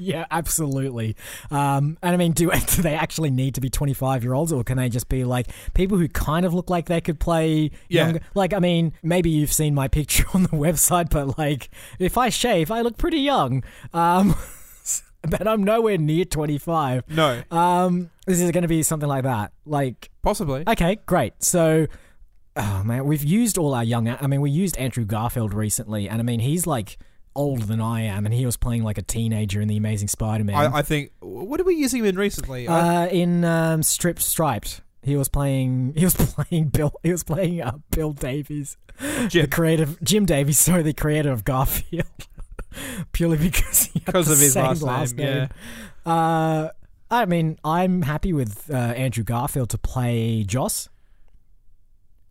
Speaker 2: yeah, absolutely. Um, and I mean, do, do they actually need to be 25 year olds or can they just be like people who kind of look like they could play
Speaker 1: Yeah.
Speaker 2: younger? Like, I mean, maybe you've seen my picture on the website, but like, if I shave, I look pretty young. Um, but I'm nowhere near 25.
Speaker 1: no,
Speaker 2: Um, this is going to be something like that. Like,
Speaker 1: possibly.
Speaker 2: Okay, great. So, oh man, we've used all our young. I mean, we used Andrew Garfield recently, and I mean, he's like older than I am, and he was playing like a teenager in The Amazing Spider-Man.
Speaker 1: I, I think what are we using him in recently? I-
Speaker 2: uh, in um, Strip Striped, he was playing. He was playing Bill. He was playing uh, Bill Davies,
Speaker 1: Jim.
Speaker 2: the creative Jim Davies. Sorry, the creator of Garfield. Purely because he had
Speaker 1: Because
Speaker 2: the
Speaker 1: of his
Speaker 2: same
Speaker 1: last name,
Speaker 2: Yeah. Uh, I mean, I'm happy with uh, Andrew Garfield to play Joss.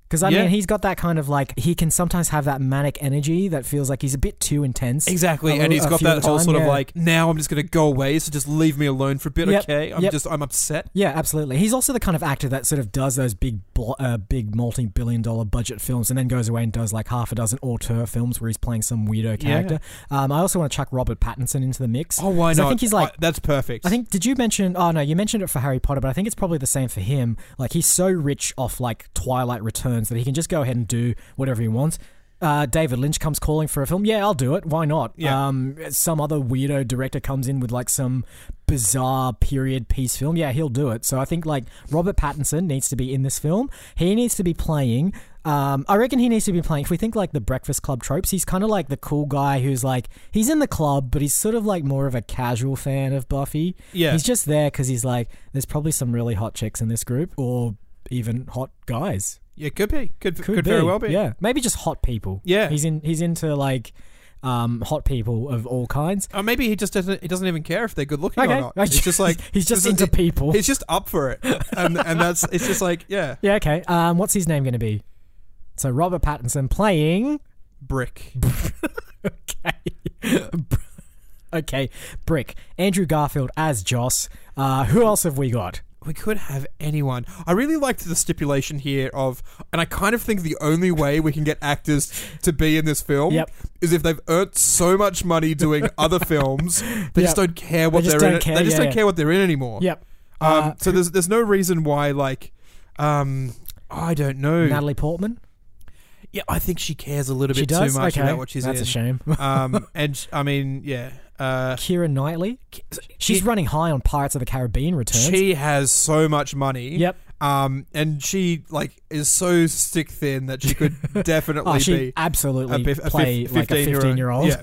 Speaker 2: Because I
Speaker 1: Yeah.
Speaker 2: mean, he's got that kind of like he can sometimes have that manic energy that feels like he's a bit too intense.
Speaker 1: Exactly,
Speaker 2: A
Speaker 1: and
Speaker 2: little-
Speaker 1: he's
Speaker 2: a
Speaker 1: got
Speaker 2: few
Speaker 1: that
Speaker 2: at a
Speaker 1: whole
Speaker 2: time,
Speaker 1: sort of
Speaker 2: yeah.
Speaker 1: like, now I'm just going to go away, so just leave me alone for a bit,
Speaker 2: Yep,
Speaker 1: okay? I'm
Speaker 2: yep.
Speaker 1: just, I'm upset.
Speaker 2: Yeah, absolutely. He's also the kind of actor that sort of does those big, blo- uh, big multi-billion dollar budget films, and then goes away and does like half a dozen auteur films where he's playing some weirdo
Speaker 1: Yeah.
Speaker 2: character. Um, I also want to chuck Robert Pattinson into the mix.
Speaker 1: Oh, why
Speaker 2: 'Cause
Speaker 1: not?
Speaker 2: I think he's like.
Speaker 1: Uh, that's perfect.
Speaker 2: I think did you mention? Oh no, you mentioned it for Harry Potter, but I think it's probably the same for him. Like he's so rich off like Twilight Returns that he can just go ahead and do whatever he wants. Uh, David Lynch comes calling for a film. Yeah, I'll do it. Why not?
Speaker 1: Yeah.
Speaker 2: Um, some other weirdo director comes in with like some bizarre period piece film. Yeah, he'll do it. So I think like Robert Pattinson needs to be in this film. He needs to be playing. Um, I reckon he needs to be playing. If we think like the Breakfast Club tropes, he's kind of like the cool guy who's like he's in the club, but he's sort of like more of a casual fan of Buffy.
Speaker 1: Yeah.
Speaker 2: He's just there because he's like, there's probably some really hot chicks in this group, or even hot guys.
Speaker 1: yeah, could be. Could,
Speaker 2: Could,
Speaker 1: could, very well be.
Speaker 2: Yeah, maybe just hot people.
Speaker 1: Yeah.
Speaker 2: he's in. He's into like um, hot people of all kinds.
Speaker 1: Or maybe he just doesn't, he doesn't even care if they're good looking
Speaker 2: Okay,
Speaker 1: or not. It's just like,
Speaker 2: he's just
Speaker 1: it's
Speaker 2: into people.
Speaker 1: He's just up for it. And, and that's, it's just like, yeah,
Speaker 2: Yeah, okay. Um, what's his name going to be? So Robert Pattinson playing.
Speaker 1: brick.
Speaker 2: Okay. okay, Brick. Andrew Garfield as Joss. Uh, who else have we got?
Speaker 1: We could have anyone. I really liked the stipulation here of, and I kind of think the only way we can get actors to be in this film
Speaker 2: Yep.
Speaker 1: is if they've earned so much money doing other films, they
Speaker 2: Yep.
Speaker 1: just don't care what
Speaker 2: They
Speaker 1: they
Speaker 2: just
Speaker 1: are in.
Speaker 2: don't care,
Speaker 1: they just
Speaker 2: yeah,
Speaker 1: don't
Speaker 2: yeah.
Speaker 1: care what they're in anymore.
Speaker 2: Yep.
Speaker 1: Um,
Speaker 2: Uh,
Speaker 1: so there's there's no reason why like, um, I don't know.
Speaker 2: Natalie Portman.
Speaker 1: yeah, I think she cares a little
Speaker 2: She
Speaker 1: bit
Speaker 2: does.
Speaker 1: too much
Speaker 2: okay,
Speaker 1: about what she's
Speaker 2: that's
Speaker 1: in.
Speaker 2: a shame.
Speaker 1: um, and sh- I mean, yeah, uh,
Speaker 2: Kira Knightley. She's
Speaker 1: it-
Speaker 2: running high on Pirates of the Caribbean returns.
Speaker 1: she has so much money.
Speaker 2: Yep.
Speaker 1: Um, and she like is so stick thin that she could definitely
Speaker 2: Oh, she
Speaker 1: be
Speaker 2: absolutely
Speaker 1: bif- a
Speaker 2: play
Speaker 1: fif-
Speaker 2: like a
Speaker 1: 15-year-old.
Speaker 2: fifteen-year-old.
Speaker 1: Yeah.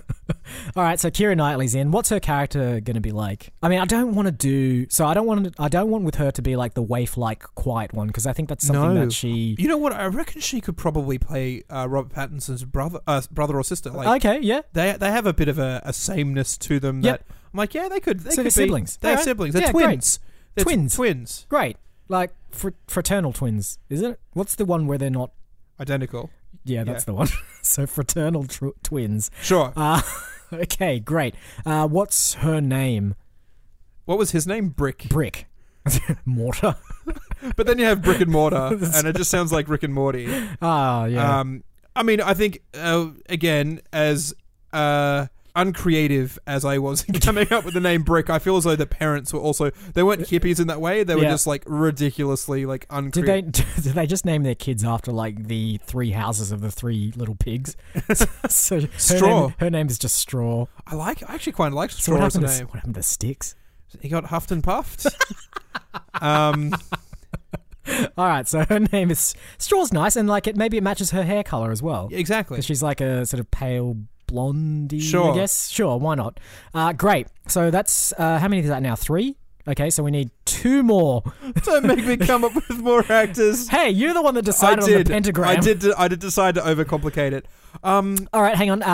Speaker 2: All right, so Kira Knightley's in. What's her character going to be like? I mean, I don't want to do so. I don't want. I don't want with her to be like the waif-like quiet one because I think that's something
Speaker 1: No.
Speaker 2: that she.
Speaker 1: You know what? I reckon she could probably play uh, Robert Pattinson's brother, uh, brother or sister. Like
Speaker 2: okay, yeah.
Speaker 1: they they have a bit of a, a sameness to them.
Speaker 2: Yep.
Speaker 1: That I'm like, yeah, they could. They
Speaker 2: So
Speaker 1: could
Speaker 2: they're
Speaker 1: be-
Speaker 2: siblings.
Speaker 1: They're
Speaker 2: Alright.
Speaker 1: siblings. They're
Speaker 2: Yeah, great.
Speaker 1: twins. They're t-
Speaker 2: Twins.
Speaker 1: twins.
Speaker 2: Great, like fr- fraternal twins, isn't it? What's the one where they're not?
Speaker 1: Identical.
Speaker 2: Yeah, that's the one. so fraternal tr- twins.
Speaker 1: Sure.
Speaker 2: Uh, okay, great. Uh, what's her name?
Speaker 1: what was his name? Brick.
Speaker 2: Brick. Mortar.
Speaker 1: But then you have Brick and Mortar, and it just sounds like Rick and Morty.
Speaker 2: Ah, yeah.
Speaker 1: Um, I mean, I think uh, again, as uh, uncreative as I was in coming up with the name Brick, I feel as though the parents were also they weren't hippies in that way. They were
Speaker 2: Yeah.
Speaker 1: just like ridiculously like
Speaker 2: Did
Speaker 1: uncreative.
Speaker 2: they did they just name their kids after like the three houses of the three little pigs? so her
Speaker 1: Straw.
Speaker 2: Name, her name is just Straw.
Speaker 1: I like. I actually quite liked
Speaker 2: So
Speaker 1: Straw
Speaker 2: what
Speaker 1: as a
Speaker 2: happened, to,
Speaker 1: name.
Speaker 2: what happened to Sticks?
Speaker 1: He got huffed and puffed. um,
Speaker 2: All right, so her name is Straw's nice, and like it maybe it matches her hair color as well.
Speaker 1: exactly.
Speaker 2: 'Cause she's like a sort of pale blondie.
Speaker 1: Sure.
Speaker 2: I guess. Sure, why not? Uh, great. So that's uh, how many is that now? Three. Okay, so we need two more.
Speaker 1: Don't make me come up with more actors.
Speaker 2: Hey, you're the one that
Speaker 1: I
Speaker 2: decided on the
Speaker 1: did.
Speaker 2: pentagram.
Speaker 1: I did. I did decide to overcomplicate it. Um,
Speaker 2: All right, hang on. Uh,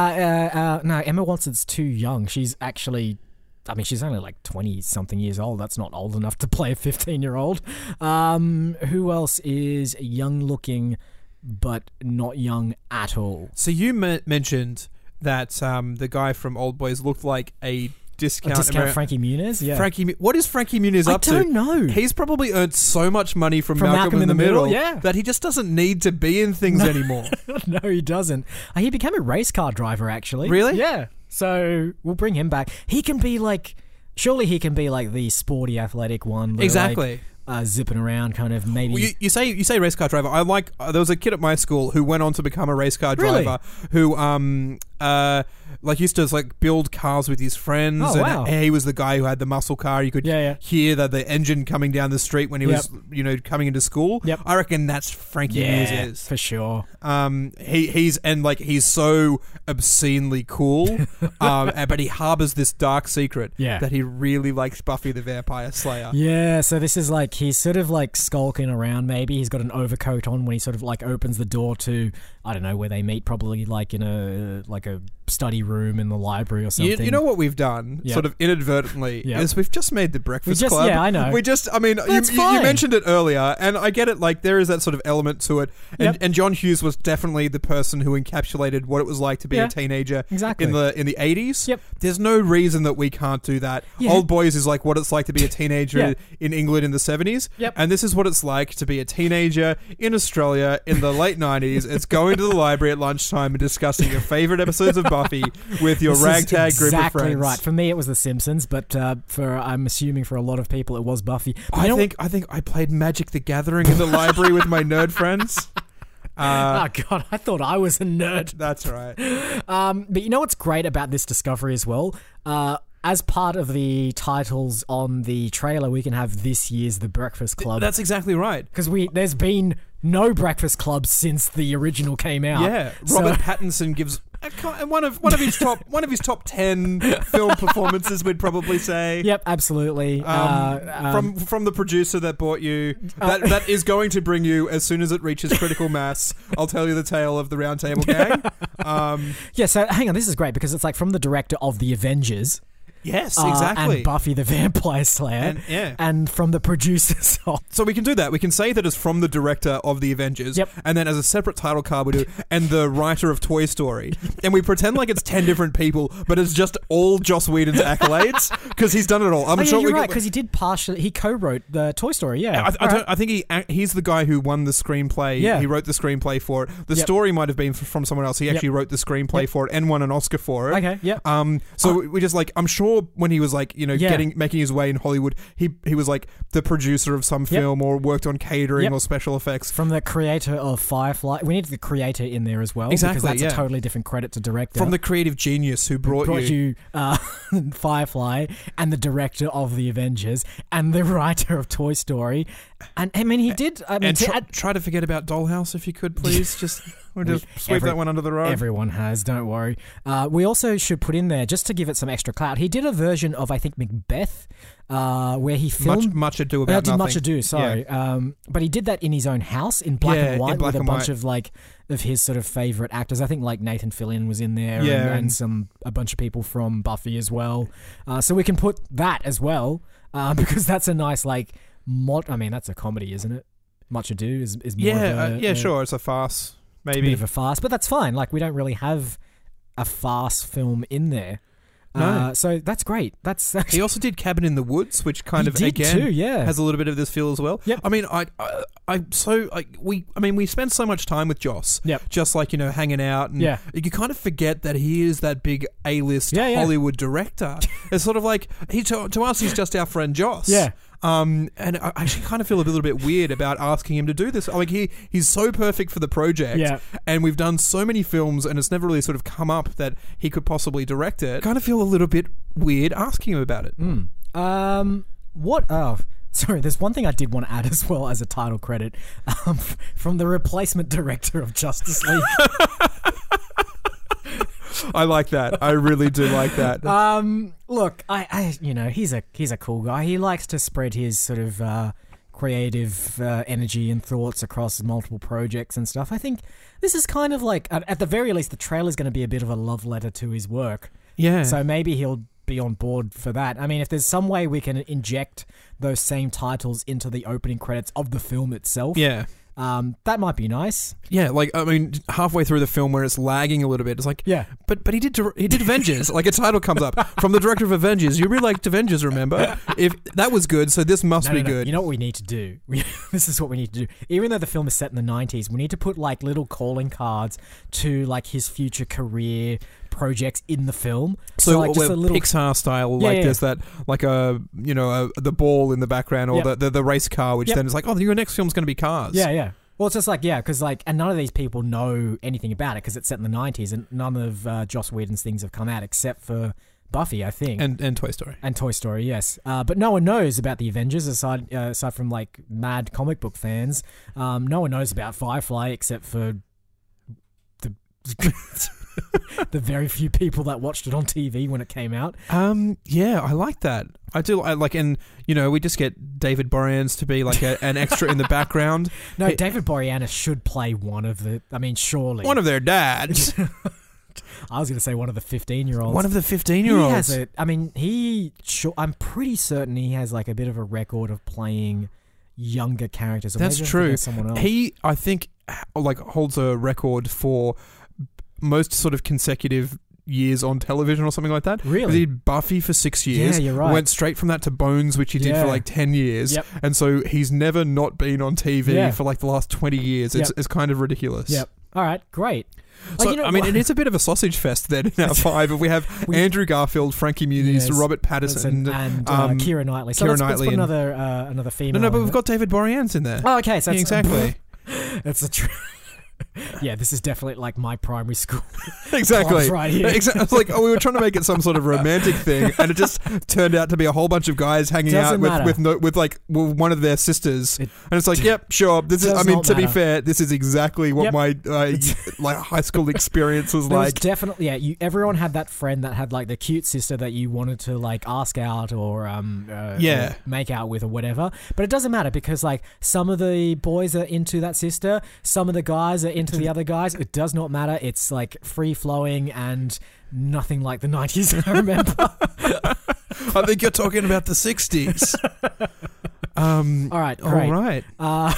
Speaker 2: uh, uh, no, Emma Watson's too young. She's actually, I mean, she's only like twenty something years old. That's not old enough to play a fifteen-year-old. Um, who else is young-looking, but not young at all?
Speaker 1: so you me- mentioned that um, the guy from Old Boys looked like a discount,
Speaker 2: Discount
Speaker 1: Ameri-
Speaker 2: Frankie Muniz. Yeah,
Speaker 1: Frankie, Mu- what is Frankie Muniz
Speaker 2: I
Speaker 1: up
Speaker 2: don't
Speaker 1: to?
Speaker 2: know.
Speaker 1: He's probably earned so much money from,
Speaker 2: From
Speaker 1: Malcolm, in the, Middle,
Speaker 2: yeah.
Speaker 1: that he just doesn't need to be in things anymore.
Speaker 2: no, he doesn't. Uh, he became a race car driver, actually.
Speaker 1: Really?
Speaker 2: Yeah. So we'll bring him back. He can be like. Surely he can be like the sporty, athletic one, where,
Speaker 1: Exactly.
Speaker 2: Like, uh, zipping around, kind of maybe.
Speaker 1: Well, you, you say you say race car driver. I like uh, there was a kid at my school who went on to become a race car
Speaker 2: Really?
Speaker 1: driver who um uh like used to like build cars with his friends.
Speaker 2: Oh,
Speaker 1: and
Speaker 2: wow.
Speaker 1: He was the guy who had the muscle car. You could
Speaker 2: Yeah, yeah.
Speaker 1: hear that the engine coming down the street when he was you know coming into school.
Speaker 2: Yep.
Speaker 1: I reckon that's Frankie
Speaker 2: yeah,
Speaker 1: Muniz is.
Speaker 2: for sure.
Speaker 1: Um, he he's and like he's so obscenely cool, um, and- but he harbors this dark secret
Speaker 2: Yeah.
Speaker 1: that he really likes Buffy the Vampire Slayer.
Speaker 2: Yeah, so this is like he's sort of like skulking around. Maybe he's got an overcoat on when he sort of like opens the door to I don't know where they meet. Probably like in a like a study room in the library or
Speaker 1: You,
Speaker 2: something.
Speaker 1: you know what we've done,
Speaker 2: Yep.
Speaker 1: sort of inadvertently,
Speaker 2: Yep.
Speaker 1: is we've just made the Breakfast
Speaker 2: We just-
Speaker 1: Club.
Speaker 2: yeah, I know.
Speaker 1: We just, I mean, you,
Speaker 2: That's
Speaker 1: you- you
Speaker 2: fine.
Speaker 1: mentioned it earlier, and I get it. Like there is that sort of element to it, and,
Speaker 2: Yep.
Speaker 1: and John Hughes was definitely the person who encapsulated what it was like to be
Speaker 2: Yeah.
Speaker 1: a teenager
Speaker 2: Exactly.
Speaker 1: in the in the eighties.
Speaker 2: Yep.
Speaker 1: There's no reason that we can't do that.
Speaker 2: Yeah.
Speaker 1: Old Boys is like what it's like to be a teenager
Speaker 2: Yeah.
Speaker 1: in England in the seventies.
Speaker 2: Yep.
Speaker 1: And this is what it's like to be a teenager in Australia in the late nineties. It's going to the library at lunchtime and discussing your favorite episodes of Buffy with your
Speaker 2: This is
Speaker 1: ragtag group of
Speaker 2: exactly
Speaker 1: friends.
Speaker 2: right. For me, it was The Simpsons, but uh, for I'm assuming for a lot of people, it was Buffy. But you
Speaker 1: I
Speaker 2: know
Speaker 1: think I think I played Magic the Gathering in the library with my nerd friends. Uh,
Speaker 2: Oh god, I thought I was a nerd.
Speaker 1: that's right.
Speaker 2: Um, but you know what's great about this discovery as well? Uh, as part of the titles on the trailer, we can have this year's The Breakfast Club.
Speaker 1: That's exactly right.
Speaker 2: because we there's been no breakfast club since the original came out.
Speaker 1: Yeah,
Speaker 2: So-
Speaker 1: Robert Pattinson gives a, ki- one of one of his top one of his top ten film performances. We'd probably say.
Speaker 2: Yep, absolutely.
Speaker 1: Um,
Speaker 2: uh, um, Oh.
Speaker 1: from from the producer that bought you that that is going to bring you as soon as it reaches critical mass. I'll tell you the tale of the Round Table Gang. Um,
Speaker 2: yeah, so hang on, this is great because it's like from the director of the Avengers,
Speaker 1: yes,
Speaker 2: uh,
Speaker 1: exactly.
Speaker 2: and Buffy the Vampire Slayer,
Speaker 1: And- yeah.
Speaker 2: and from the producers of
Speaker 1: so we can do that. We can say that it's from the director of the Avengers,
Speaker 2: Yep.
Speaker 1: and then as a separate title card we do, and the writer of Toy Story, and we pretend like it's ten different people, but it's just all Joss Whedon's accolades because he's done it all. I'm
Speaker 2: Oh, yeah,
Speaker 1: sure
Speaker 2: you're
Speaker 1: we
Speaker 2: right
Speaker 1: can,
Speaker 2: because he did partially he co-wrote the Toy Story. Yeah,
Speaker 1: I, I,
Speaker 2: All
Speaker 1: don't-
Speaker 2: right.
Speaker 1: I think he ac- he's the guy who won the screenplay.
Speaker 2: Yeah.
Speaker 1: He wrote the screenplay for it. The
Speaker 2: Yep.
Speaker 1: story might have been f- from someone else. He actually wrote the screenplay
Speaker 2: Yep.
Speaker 1: for it and won an Oscar for it.
Speaker 2: Okay, yep.
Speaker 1: Um, so we- we just like I'm sure when he was like you know
Speaker 2: Yeah.
Speaker 1: getting making his way in Hollywood, he he was like the producer of some
Speaker 2: Yep.
Speaker 1: film or worked on catering
Speaker 2: Yep.
Speaker 1: or special effects.
Speaker 2: From the creator of Firefly, we need the creator in there as well because
Speaker 1: Exactly,
Speaker 2: that's
Speaker 1: yeah.
Speaker 2: a totally different credit to director.
Speaker 1: From the creative genius who brought,
Speaker 2: brought
Speaker 1: you.
Speaker 2: you uh, Firefly and the director of the Avengers and the writer of Toy Story And I mean, he did. I mean,
Speaker 1: and
Speaker 2: to
Speaker 1: tr-
Speaker 2: add-
Speaker 1: try to forget about Dollhouse if you could, please. Just we'll
Speaker 2: We-
Speaker 1: just sweep
Speaker 2: every-
Speaker 1: that one under the rug.
Speaker 2: Everyone has, don't worry. Uh, we also should put in there, just to give it some extra clout, he did a version of, I think, Macbeth, uh, where he
Speaker 1: much
Speaker 2: filmed.
Speaker 1: much ado
Speaker 2: Uh,
Speaker 1: about
Speaker 2: did
Speaker 1: nothing.
Speaker 2: much ado, sorry. Um, but he did that in his own house in black
Speaker 1: Yeah,
Speaker 2: and white
Speaker 1: in black
Speaker 2: with a
Speaker 1: and
Speaker 2: bunch
Speaker 1: white.
Speaker 2: of like of his sort of favorite actors. I think like Nathan Fillion was in there,
Speaker 1: Yeah,
Speaker 2: and, and,
Speaker 1: and-
Speaker 2: some a bunch of people from Buffy as well. Uh, so we can put that as well uh, because that's a nice like. Mod- I mean, that's a comedy, isn't it? Much ado is is more
Speaker 1: yeah,
Speaker 2: of
Speaker 1: uh,
Speaker 2: a,
Speaker 1: yeah,
Speaker 2: a-
Speaker 1: sure. It's a farce,
Speaker 2: a bit
Speaker 1: maybe.
Speaker 2: of a farce, but that's fine. Like we don't really have a farce film in there,
Speaker 1: No.
Speaker 2: uh, so that's great. That's actually,
Speaker 1: he also did Cabin in the Woods, which kind
Speaker 2: he
Speaker 1: of
Speaker 2: did
Speaker 1: again
Speaker 2: too, yeah.
Speaker 1: has a little bit of this feel as well.
Speaker 2: Yep.
Speaker 1: I mean, I, I, I so I, we, I mean, we spend so much time with Joss.
Speaker 2: Yep.
Speaker 1: Just like you know, hanging out, and
Speaker 2: Yeah.
Speaker 1: you kind of forget that he is that big A-list
Speaker 2: Yeah, yeah.
Speaker 1: Hollywood director. it's sort of like he to, to us, he's just our friend Joss.
Speaker 2: Yeah.
Speaker 1: Um, and I I actually kind of feel a little bit weird about asking him to do this. Like he, he's so perfect for the project,
Speaker 2: Yeah.
Speaker 1: and we've done so many films, and it's never really sort of come up that he could possibly direct it. Kind of feel a little bit weird asking him about it.
Speaker 2: Hmm. Um, what? Oh, sorry. There's one thing I did want to add as well as a title credit um, f- from the replacement director of Justice League.
Speaker 1: I like that. I really do like that.
Speaker 2: um, look, I, I, you know, he's a he's a cool guy. He likes to spread his sort of uh, creative uh, energy and thoughts across multiple projects and stuff. I think this is kind of like, at, at the very least, the trailer's going to be a bit of a love letter to his work.
Speaker 1: yeah.
Speaker 2: So maybe he'll be on board for that. I mean, if there's some way we can inject those same titles into the opening credits of the film itself,
Speaker 1: yeah.
Speaker 2: um, that might be nice.
Speaker 1: Yeah, like I mean, halfway through the film where it's lagging a little bit, it's like,
Speaker 2: Yeah.
Speaker 1: but but he did dir- he did Avengers. like a title comes up from the director of Avengers. You really liked Avengers, remember? If that was good, so this must
Speaker 2: No,
Speaker 1: be
Speaker 2: no, no.
Speaker 1: good.
Speaker 2: You know what we need to do? We, this is what we need to do. Even though the film is set in the 90s, we need to put like little calling cards to like his future career projects in the film.
Speaker 1: so
Speaker 2: like just
Speaker 1: we're
Speaker 2: a little
Speaker 1: Pixar style,
Speaker 2: Yeah,
Speaker 1: like
Speaker 2: yeah.
Speaker 1: there's that like a you know a, the ball in the background or
Speaker 2: Yep.
Speaker 1: the, the the race car, which
Speaker 2: Yep.
Speaker 1: then is like, oh, your next film's going to be cars.
Speaker 2: Yeah, yeah. Well, it's just like yeah, because like, and none of these people know anything about it because it's set in the '90s, and none of uh, Joss Whedon's things have come out except for Buffy, I think,
Speaker 1: and and Toy Story.
Speaker 2: and Toy Story, yes. Uh, but no one knows about the Avengers aside uh, aside from like mad comic book fans. Um, no one knows about Firefly except for the the very few people that watched it on TV when it came out.
Speaker 1: Um, yeah, I like that. I do. I like, and you know, we just get David Boreanaz to be like a, an extra in the background.
Speaker 2: No,
Speaker 1: Hey-
Speaker 2: David Boreanaz should play one of the. I mean, surely
Speaker 1: One of their dads,
Speaker 2: I was going to say one of the fifteen-year-olds.
Speaker 1: one of the
Speaker 2: He
Speaker 1: fifteen-year-olds.
Speaker 2: has a, I mean, he. Sure, I'm pretty certain he has like a bit of a record of playing younger characters. Or
Speaker 1: That's
Speaker 2: maybe I'm
Speaker 1: true.
Speaker 2: thinking of Someone else.
Speaker 1: He, I think, h- like holds a record for most sort of consecutive years on television or something like that. 'Cause
Speaker 2: Really?
Speaker 1: He did Buffy for six years.
Speaker 2: you're right.
Speaker 1: Went straight from that to Bones, which he did
Speaker 2: Yeah.
Speaker 1: for like ten years.
Speaker 2: Yep.
Speaker 1: And so he's never not been on TV
Speaker 2: Yeah.
Speaker 1: for like the last twenty years. It's,
Speaker 2: Yep.
Speaker 1: it's kind of ridiculous.
Speaker 2: Yep. All right. Great. Like,
Speaker 1: So
Speaker 2: you know
Speaker 1: I mean,
Speaker 2: what?
Speaker 1: it is a bit of a sausage fest then in our five. If we have
Speaker 2: We-
Speaker 1: Andrew Garfield, Frankie Muniz,
Speaker 2: Yes.
Speaker 1: Robert
Speaker 2: Pattinson
Speaker 1: Pattinson.
Speaker 2: and uh,
Speaker 1: um,
Speaker 2: Kira Knightley. So
Speaker 1: Keira
Speaker 2: let's, let's
Speaker 1: Knightley
Speaker 2: put
Speaker 1: and-
Speaker 2: another uh, another
Speaker 1: no,
Speaker 2: female.
Speaker 1: no, but
Speaker 2: in
Speaker 1: we've
Speaker 2: it.
Speaker 1: got David Boreanaz in there.
Speaker 2: Oh, okay. So
Speaker 1: Yeah,
Speaker 2: that's,
Speaker 1: exactly,
Speaker 2: that's a true. yeah, this is definitely like my primary school.
Speaker 1: exactly.
Speaker 2: Class right here.
Speaker 1: Exactly. It's like oh, we were trying to make it some sort of romantic thing, and it just turned out to be a whole bunch of guys hanging
Speaker 2: Doesn't
Speaker 1: out with
Speaker 2: matter.
Speaker 1: with, no, with like with one of their sisters,
Speaker 2: It
Speaker 1: and it's like, yep, sure. This is.
Speaker 2: does
Speaker 1: I mean,
Speaker 2: not
Speaker 1: to be
Speaker 2: matter.
Speaker 1: fair, this is exactly what
Speaker 2: Yep.
Speaker 1: my uh, like high school experience was
Speaker 2: There was
Speaker 1: like.
Speaker 2: definitely yeah. You everyone had that friend that had like the cute sister that you wanted to like ask out or um uh,
Speaker 1: Yeah.
Speaker 2: or make out with or whatever. But it doesn't matter because like some of the boys are into that sister, some of the guys are into the other guys. It does not matter. It's like free flowing and nothing like the nineties. I remember.
Speaker 1: I think you're talking about the '60s. um.
Speaker 2: All right,
Speaker 1: All
Speaker 2: great.
Speaker 1: right.
Speaker 2: Uh,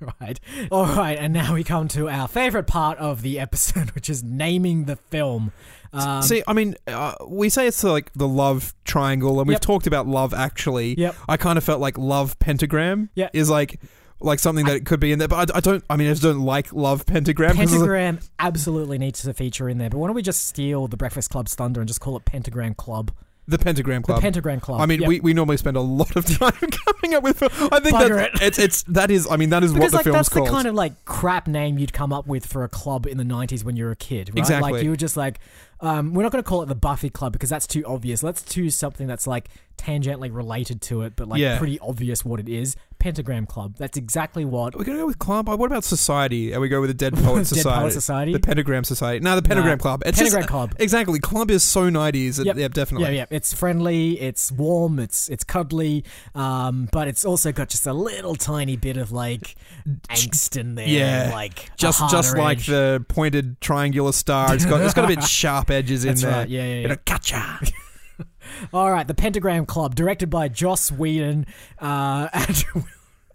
Speaker 2: right. All right. And now we come to our favorite part of the episode, which is naming the film. Um,
Speaker 1: See, I mean, uh, we say it's uh, like the love triangle, and we've
Speaker 2: Yep.
Speaker 1: talked about love actually.
Speaker 2: Yep.
Speaker 1: I kind of felt like love pentagram
Speaker 2: Yeah.
Speaker 1: is like like something that it could be in there, but I, I don't. I mean, I just don't like love pentagram. 'cause it's like-
Speaker 2: Pentagram absolutely needs to feature in there, but why don't we just steal the Breakfast Club's thunder and just call it Pentagram Club?
Speaker 1: the pentagram club.
Speaker 2: The Pentagram Club.
Speaker 1: I mean,
Speaker 2: Yep.
Speaker 1: we, we normally spend a lot of time coming up with. I think
Speaker 2: Bugger
Speaker 1: that it's it's that is. I mean, that is
Speaker 2: because
Speaker 1: what
Speaker 2: like
Speaker 1: the film's
Speaker 2: that's
Speaker 1: called.
Speaker 2: the kind of like crap name you'd come up with for a club in the '90s when you were a kid, right?
Speaker 1: Exactly.
Speaker 2: Like you were just like, Um, we're not going to call it the Buffy Club because that's too obvious. Let's choose something that's like tangentially related to it, but like
Speaker 1: Yeah.
Speaker 2: pretty obvious what it is. Pentagram Club. That's exactly what
Speaker 1: Are we gonna go with club? What about society? Are we go with the Dead Poet
Speaker 2: Dead
Speaker 1: Society?
Speaker 2: Poets Society.
Speaker 1: The Pentagram Society. No, the Pentagram
Speaker 2: Nah,
Speaker 1: Club. It's
Speaker 2: Pentagram
Speaker 1: just-
Speaker 2: Club.
Speaker 1: Exactly. Club is so 90s. It-
Speaker 2: Yep.
Speaker 1: Yeah, definitely.
Speaker 2: Yeah, yeah. It's friendly, it's warm, it's it's cuddly, um, but it's also got just a little tiny bit of like angst in there.
Speaker 1: Yeah.
Speaker 2: like a
Speaker 1: Just,
Speaker 2: harder
Speaker 1: just like
Speaker 2: edge.
Speaker 1: the pointed triangular star. It's got, it's got a bit sharp edges in
Speaker 2: That's
Speaker 1: there.
Speaker 2: right, yeah, yeah, yeah.
Speaker 1: It'll gotcha.
Speaker 2: All right, the Pentagram Club, directed by Joss Whedon, uh, and,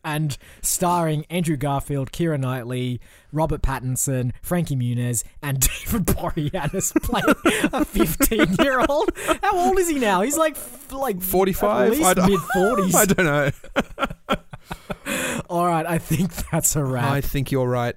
Speaker 2: and starring Andrew Garfield, Kira Knightley, Robert Pattinson, Frankie Muniz, and David Boreanaz playing a fifteen-year-old. How old is he now? He's like f- like
Speaker 1: 45? I
Speaker 2: at least
Speaker 1: don't-
Speaker 2: mid
Speaker 1: I
Speaker 2: forties.
Speaker 1: don't know.
Speaker 2: All right, I think that's a wrap.
Speaker 1: I think you're right.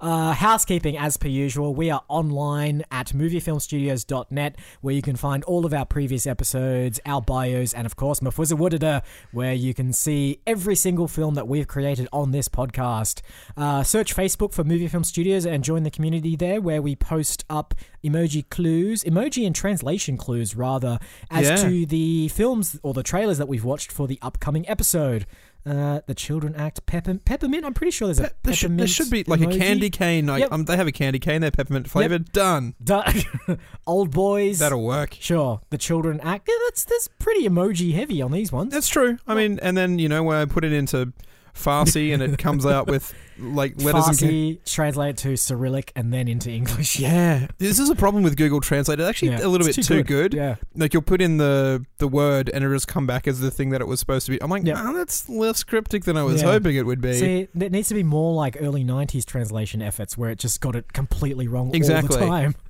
Speaker 2: Uh, housekeeping, as per usual, we are online at moviefilmstudios.net where you can find all of our previous episodes, our bios, and of course, Mafuzza Woodada, where you can see every single film that we've created on this podcast. Uh, search Facebook for Movie Film Studios and join the community there where we post up emoji clues, emoji and translation clues, rather, as
Speaker 1: Yeah.
Speaker 2: to the films or the trailers that we've watched for the upcoming episode. Uh, the Children Act, peppermint. Peppermint. I'm pretty sure there's a
Speaker 1: Pe- there, should, there
Speaker 2: peppermint
Speaker 1: should be like
Speaker 2: emoji.
Speaker 1: a candy cane. Like,
Speaker 2: Yep.
Speaker 1: um, they have a candy cane. They're peppermint flavored. Done.
Speaker 2: Du- old boys.
Speaker 1: That'll work.
Speaker 2: sure. The children act. Yeah, that's that's pretty emoji heavy on these ones.
Speaker 1: That's true. I mean, and then you know when I put it into Farsi and it comes out with like letters and.
Speaker 2: Farsi translate to Cyrillic and then into English.
Speaker 1: Yeah, this is a problem with Google Translate. It's actually
Speaker 2: Yeah,
Speaker 1: a little
Speaker 2: it's
Speaker 1: bit too, good.
Speaker 2: Yeah.
Speaker 1: Like you'll put in the the word and it'll just come back as the thing that it was supposed to be. I'm like,
Speaker 2: Yep.
Speaker 1: "Ah, that's less cryptic than I was
Speaker 2: Yeah.
Speaker 1: hoping it would be.
Speaker 2: See, it needs to be more like early '90s translation efforts where it just got it completely wrong all
Speaker 1: Exactly.
Speaker 2: the time.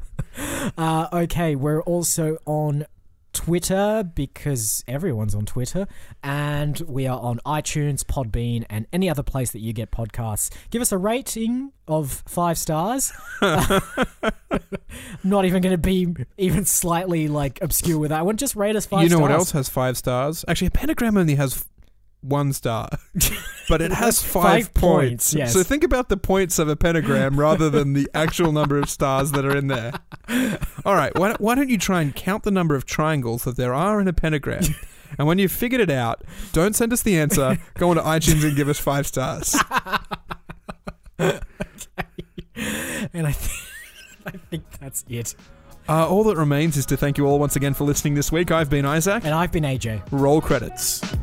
Speaker 2: Uh, okay, we're also on Twitter because everyone's on Twitter, and we are on iTunes, Podbean, and any other place that you get podcasts. Give us a rating of five stars. Not even going to be even slightly like obscure with that one. Just rate us five.
Speaker 1: you know what
Speaker 2: stars.
Speaker 1: else has five stars? Actually, a pentagram only has f- one star, but it has five,
Speaker 2: Five points,
Speaker 1: points.
Speaker 2: yes.
Speaker 1: So think about the points of a pentagram rather than the actual number of stars that are in there. All right, why, why don't you try and count the number of triangles that there are in a pentagram? And when you've figured it out, don't send us the answer. Go on to iTunes and give us five stars.
Speaker 2: And I, th- I think that's it.
Speaker 1: Uh, all that remains is to thank you all once again for listening this week. I've been Isaac.
Speaker 2: And I've been AJ.
Speaker 1: Roll credits.